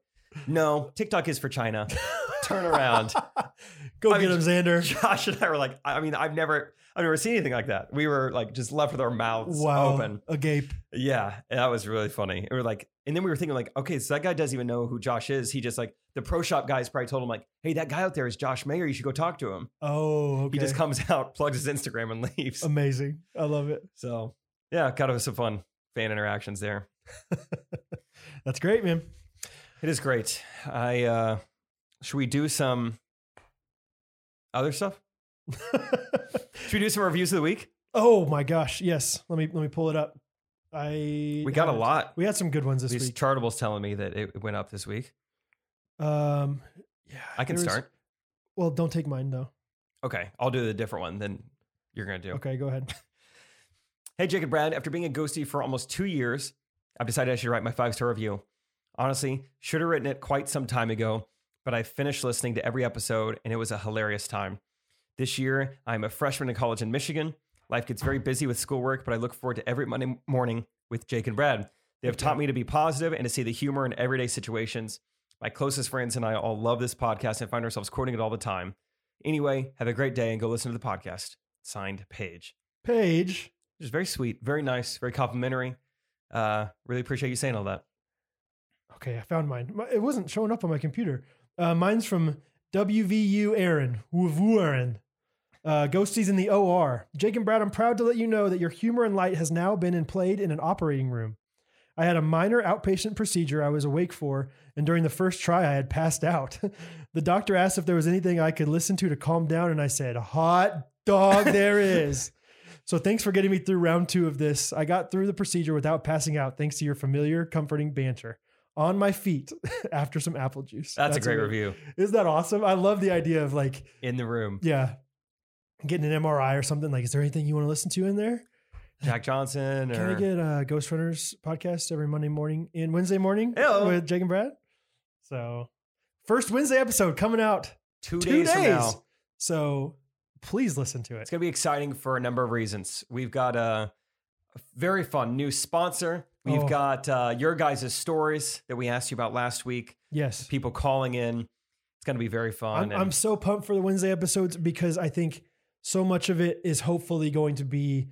Speaker 1: no, TikTok is for China. Turn around.
Speaker 2: Go
Speaker 1: I
Speaker 2: get
Speaker 1: mean,
Speaker 2: him, Xander.
Speaker 1: Josh and I were like, I mean, I've never, I've never seen anything like that. We were like just left with our mouths
Speaker 2: Wow,
Speaker 1: open.
Speaker 2: agape.
Speaker 1: Yeah, and that was really funny. We were like, and then we were thinking like, okay, so that guy doesn't even know who Josh is. He just like the pro shop guys probably told him like, hey, that guy out there is Josh Mayer. You should go talk to him.
Speaker 2: Oh, okay. Um,
Speaker 1: He just comes out, plugs his Instagram, and leaves.
Speaker 2: amazing. I love it.
Speaker 1: so yeah, kind of some fun fan interactions there.
Speaker 2: That's great, man.
Speaker 1: It is great. I uh should we do some other stuff? Should we do some reviews of the week?
Speaker 2: oh my gosh, yes. Let me let me pull it up. I
Speaker 1: We got a
Speaker 2: haven't-
Speaker 1: lot.
Speaker 2: We had some good ones this
Speaker 1: These
Speaker 2: week.
Speaker 1: chartables telling me that it went up this week.
Speaker 2: Um, yeah,
Speaker 1: I can
Speaker 2: there was-
Speaker 1: start.
Speaker 2: well, don't take mine though.
Speaker 1: Okay, I'll do the different one than you're gonna do.
Speaker 2: Okay, go ahead.
Speaker 1: Hey, Jake and Brad, after being a ghostie for almost two years, I've decided I should write my five star review. Honestly, should have written it quite some time ago, but I finished listening to every episode and it was a hilarious time. This year, I'm a freshman in college in Michigan. Life gets very busy with schoolwork, but I look forward to every Monday morning with Jake and Brad. They have taught me to be positive and to see the humor in everyday situations. My closest friends and I all love this podcast and find ourselves quoting it all the time. Anyway, have a great day and go listen to the podcast. Signed, Paige
Speaker 2: Paige,
Speaker 1: just very sweet, very nice, very complimentary. Uh, really appreciate you saying all that.
Speaker 2: Okay, I found mine. My- It wasn't showing up on my computer. Uh, mine's from WVU Aaron. WVU Aaron. Uh, Ghosties in the OR. Jake and Brad, I'm proud to let you know that your humor and light has now been and played in an operating room. I had a minor outpatient procedure I was awake for, and during the first try, I had passed out. the doctor asked if there was anything I could listen to to calm down, and I said, Hot dog, there is. So thanks for getting me through round two of this. I got through the procedure without passing out thanks to your familiar, comforting banter. On my feet after some apple juice.
Speaker 1: That's, a great
Speaker 2: ama-
Speaker 1: review.
Speaker 2: Isn't that awesome? I love the idea of like,
Speaker 1: In the room,
Speaker 2: yeah, getting an MRI or something. Like, is there anything you want to listen to in there?
Speaker 1: Jack Johnson
Speaker 2: Can
Speaker 1: or
Speaker 2: I get uh, Ghost Runners podcast every Monday morning and Wednesday morning
Speaker 1: Hello.
Speaker 2: with Jake and Brad? So, first Wednesday episode coming out
Speaker 1: two,
Speaker 2: two
Speaker 1: days,
Speaker 2: days.
Speaker 1: from now.
Speaker 2: So, please listen to
Speaker 1: It's
Speaker 2: it.
Speaker 1: gonna be exciting for a number of reasons. We've got a very fun new sponsor. We've
Speaker 2: Oh.
Speaker 1: got uh, your guys' stories that we asked you about last week.
Speaker 2: Yes.
Speaker 1: People calling in. It's gonna be very fun.
Speaker 2: I'm,
Speaker 1: and
Speaker 2: I'm so pumped for the Wednesday episodes because I think so much of it is hopefully going to be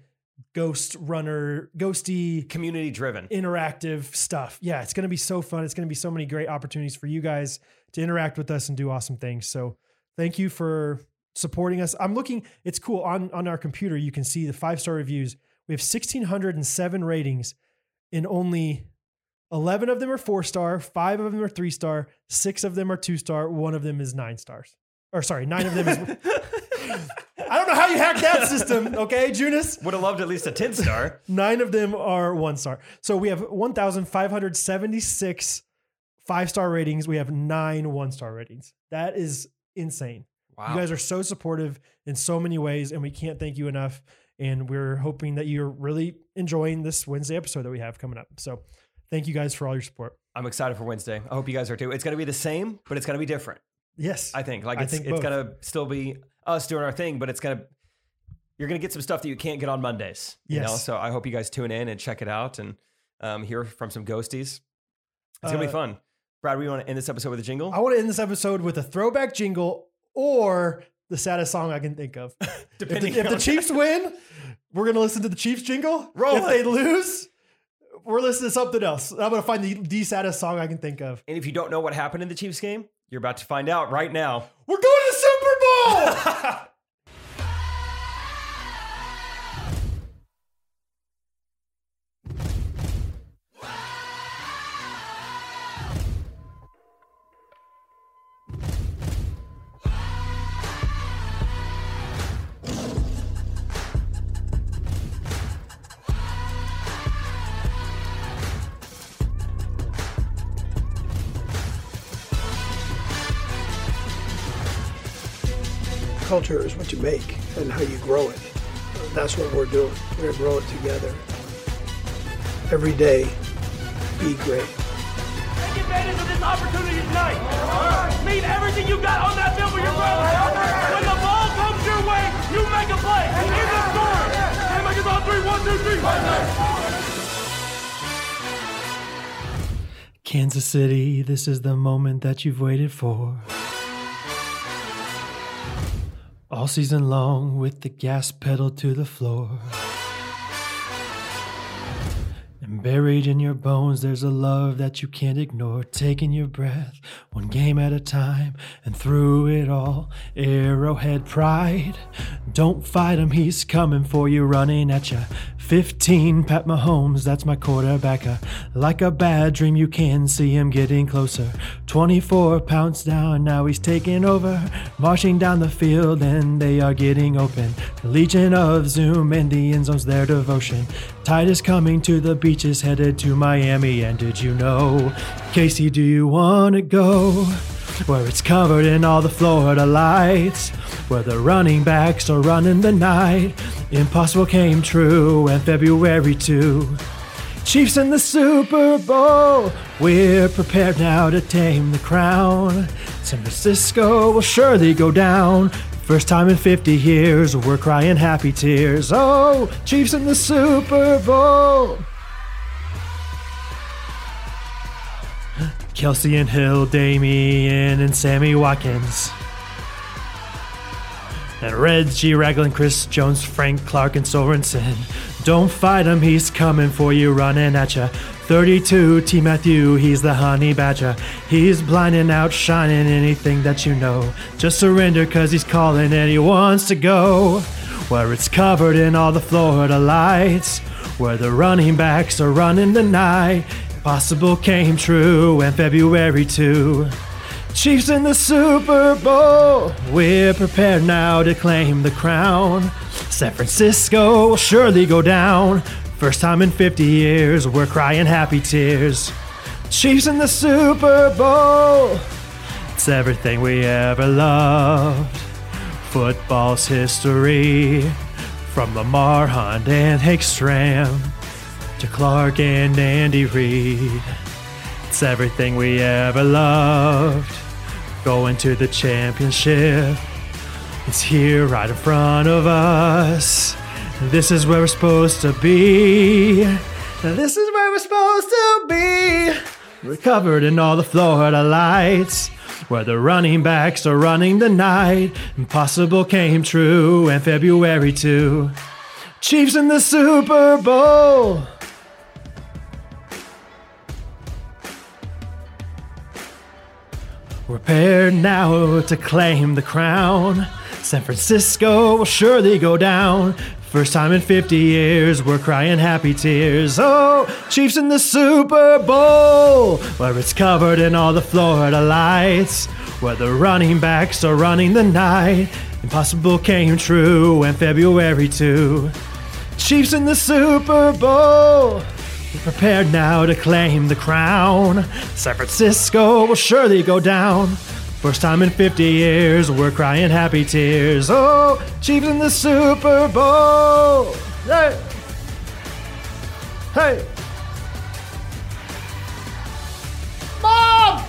Speaker 2: ghost runner, ghosty
Speaker 1: community driven.
Speaker 2: interactive stuff. Yeah, it's going to be so fun. It's going to be so many great opportunities for you guys to interact with us and do awesome things. So, thank you for supporting us. I'm looking, it's cool on on our computer you can see the five-star reviews. We have 1607 ratings and only 11 of them are 4-star, 5 of them are 3-star, 6 of them are 2-star, 1 of them is 9 stars. Or sorry, 9 of them is I don't know how you hacked that system, okay, Junis?
Speaker 1: Would have loved at least a 10 star.
Speaker 2: Nine of them are one star. So we have 1,576 five star ratings. We have nine one star ratings. That is insane.
Speaker 1: Wow.
Speaker 2: You guys are so supportive in so many ways, and we can't thank you enough. And we're hoping that you're really enjoying this Wednesday episode that we have coming up. So thank you guys for all your support.
Speaker 1: I'm excited for Wednesday. I hope you guys are too. It's going to be the same, but it's going to be different.
Speaker 2: Yes.
Speaker 1: I think. Like
Speaker 2: I
Speaker 1: it's,
Speaker 2: think
Speaker 1: it's
Speaker 2: both.
Speaker 1: going to still be us doing our thing, but it's going to you're going to get some stuff that you can't get on Mondays. You know,
Speaker 2: Yes.
Speaker 1: so I hope you guys tune in and check it out and um, hear from some ghosties. It's going to
Speaker 2: Uh,
Speaker 1: be fun. Brad, we want to end this episode with a jingle.
Speaker 2: I want to end this episode with a throwback jingle or the saddest song I can think of. If the-
Speaker 1: Depending
Speaker 2: if the,
Speaker 1: on-
Speaker 2: Chiefs win, we're going to listen to the Chiefs jingle.
Speaker 1: Roll
Speaker 2: if
Speaker 1: it.
Speaker 2: they lose, we're listening to something else. I'm going to find the, the saddest song I can think of.
Speaker 1: and if you don't know what happened in the Chiefs game, you're about to find out right now.
Speaker 2: We're going to the Super Bowl!
Speaker 3: Culture is what you make and how you grow it. That's what we're doing. We're gonna grow it together. Every day, be great.
Speaker 4: Take advantage of this opportunity tonight. Leave everything you got on that field with your brother. When the ball comes your way, you make a play. Here's the score. Hey, make it all three. One, two, three.
Speaker 2: Kansas City, this is the moment that you've waited for. All season long, with the gas pedal to the floor. And buried in your bones, there's a love that you can't ignore. Taking your breath, one game at a time, and through it all, Arrowhead pride. Don't fight him, he's coming for you, running at ya. 15, Pat Mahomes, that's my quarterback. Uh, Like a bad dream, you can see him getting closer. 24 pounds down, now he's taking over. Marching down the field, and they are getting open. The Legion of Zoom and the end zone's their devotion. Tide is coming to the beaches, headed to Miami. And did you know, Casey, do you want to go? Where it's covered in all the Florida lights, where the running backs are running the night. Impossible came true, and February too. Chiefs in the Super Bowl. We're prepared now to tame the crown. San Francisco will surely go down. First time in 50 years, we're crying happy tears. Oh, Chiefs in the Super Bowl. Kelsey and Hill, Damien and Sammy Watkins. And Reggie Raglan, Chris Jones, Frank Clark, and Sorensen. Don't fight him, he's coming for you, running at ya. 32, T. Matthew, he's the honey badger. He's blinding out, shining anything that you know. Just surrender, cause he's calling and he wants to go. Where it's covered in all the Florida lights. Where the running backs are running the night. Impossible came true, and February too. Chiefs in the Super Bowl. We're prepared now to claim the crown. San Francisco will surely go down. First time in 50 years, we're crying happy tears. Chiefs in the Super Bowl. It's everything we ever loved. Football's history. From Lamar Hunt and Hickstram to Clark and Andy Reid. It's everything we ever loved. Going to the championship. It's here right in front of us. This is where we're supposed to be. This is where we're supposed to be. We're covered in all the Florida lights. Where the running backs are running the night. Impossible came true, and February too. Chiefs in the Super Bowl. We're prepared now to claim the crown. San Francisco will surely go down. First time in 50 years, we're crying happy tears. Oh, Chiefs in the Super Bowl, where it's covered in all the Florida lights, where the running backs are running the night. Impossible came true in February too. Chiefs in the Super Bowl. We're prepared now to claim the crown. San Francisco will surely go down. First time in 50 years, we're crying happy tears. Oh, Chiefs in the Super Bowl. Hey. Hey. Mom!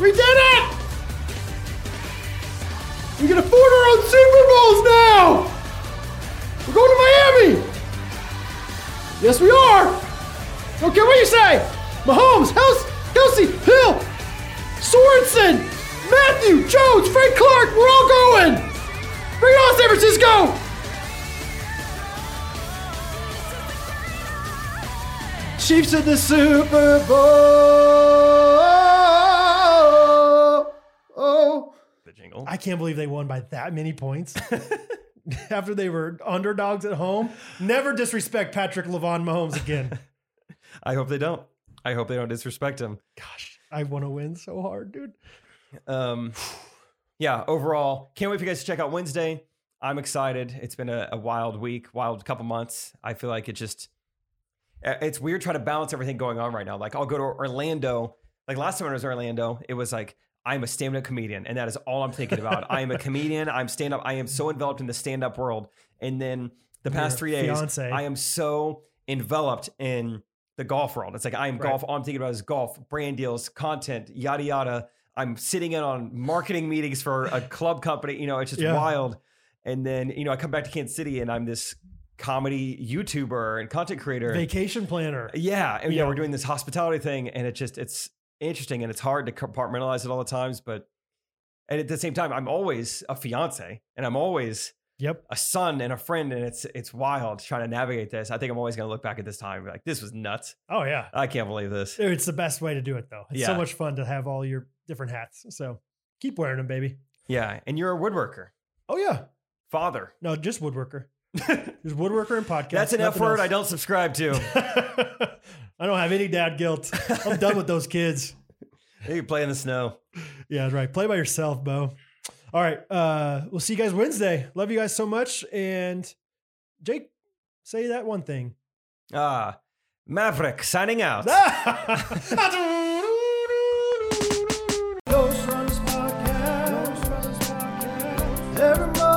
Speaker 2: We did it! We can afford our own Super Bowls now! We're going to Miami! Yes, we are! Don't care what you say! Mahomes, House, Kelsey, Hill, Sorensen, Matthew, Jones, Frank Clark, we're all going! Bring it on, San Francisco! Chiefs in the Super Bowl! Oh.
Speaker 1: The jingle.
Speaker 2: I can't believe they won by that many points. After they were underdogs at home, never disrespect Patrick Levon Mahomes again.
Speaker 1: I hope they don't. I hope they don't disrespect him.
Speaker 2: Gosh, I want to win so hard, dude.
Speaker 1: Um, yeah, overall, can't wait for you guys to check out Wednesday. I'm excited. It's been a, a wild week, wild couple months. I feel like it just, uh, it's weird trying to balance everything going on right now. Like, I'll go to Orlando. Like, last time I was in Orlando, it was like, I'm a stand up comedian, and that is all I'm thinking about. I am a comedian. I'm stand up. I am so enveloped in the stand up world. And then the past
Speaker 2: Your
Speaker 1: three days,
Speaker 2: fiance.
Speaker 1: I am so enveloped in the golf world. It's like I am
Speaker 2: Right.
Speaker 1: golf. All I'm thinking about is golf, brand deals, content, yada yada. I'm sitting in on marketing meetings for a club company. You know, it's just
Speaker 2: Yeah.
Speaker 1: wild. And then you know, I come back to Kansas City, and I'm this comedy YouTuber and content creator.
Speaker 2: Vacation planner.
Speaker 1: Yeah, and yeah,
Speaker 2: Yeah.
Speaker 1: we're doing this hospitality thing, and it just it's interesting, and it's hard to compartmentalize it all the times. But and at the same time, I'm always a fiance, and I'm always
Speaker 2: Yep.
Speaker 1: a son and a friend, and it's it's wild trying to navigate this. I think I'm always going to look back at this time and be like, this was nuts.
Speaker 2: Oh, yeah.
Speaker 1: I can't believe this.
Speaker 2: It's the best way to do it, though. It's so
Speaker 1: Yeah.
Speaker 2: much fun to have all your different hats. So keep wearing them, baby.
Speaker 1: Yeah, and you're a woodworker,
Speaker 2: Oh, yeah.
Speaker 1: father.
Speaker 2: No, just woodworker. Just woodworker and podcast.
Speaker 1: That's an F word I don't subscribe to.
Speaker 2: don't. I don't have any dad guilt. I'm done with those kids.
Speaker 1: you can play in the snow.
Speaker 2: Yeah, that's right. Play by yourself, Bo. All right. Uh, we'll see you guys Wednesday. Love you guys so much. And Jake, say that one thing.
Speaker 1: Ah, Maverick signing out.
Speaker 5: Ghost Runners Podcast. Ghost Runners Podcast. Every Monday.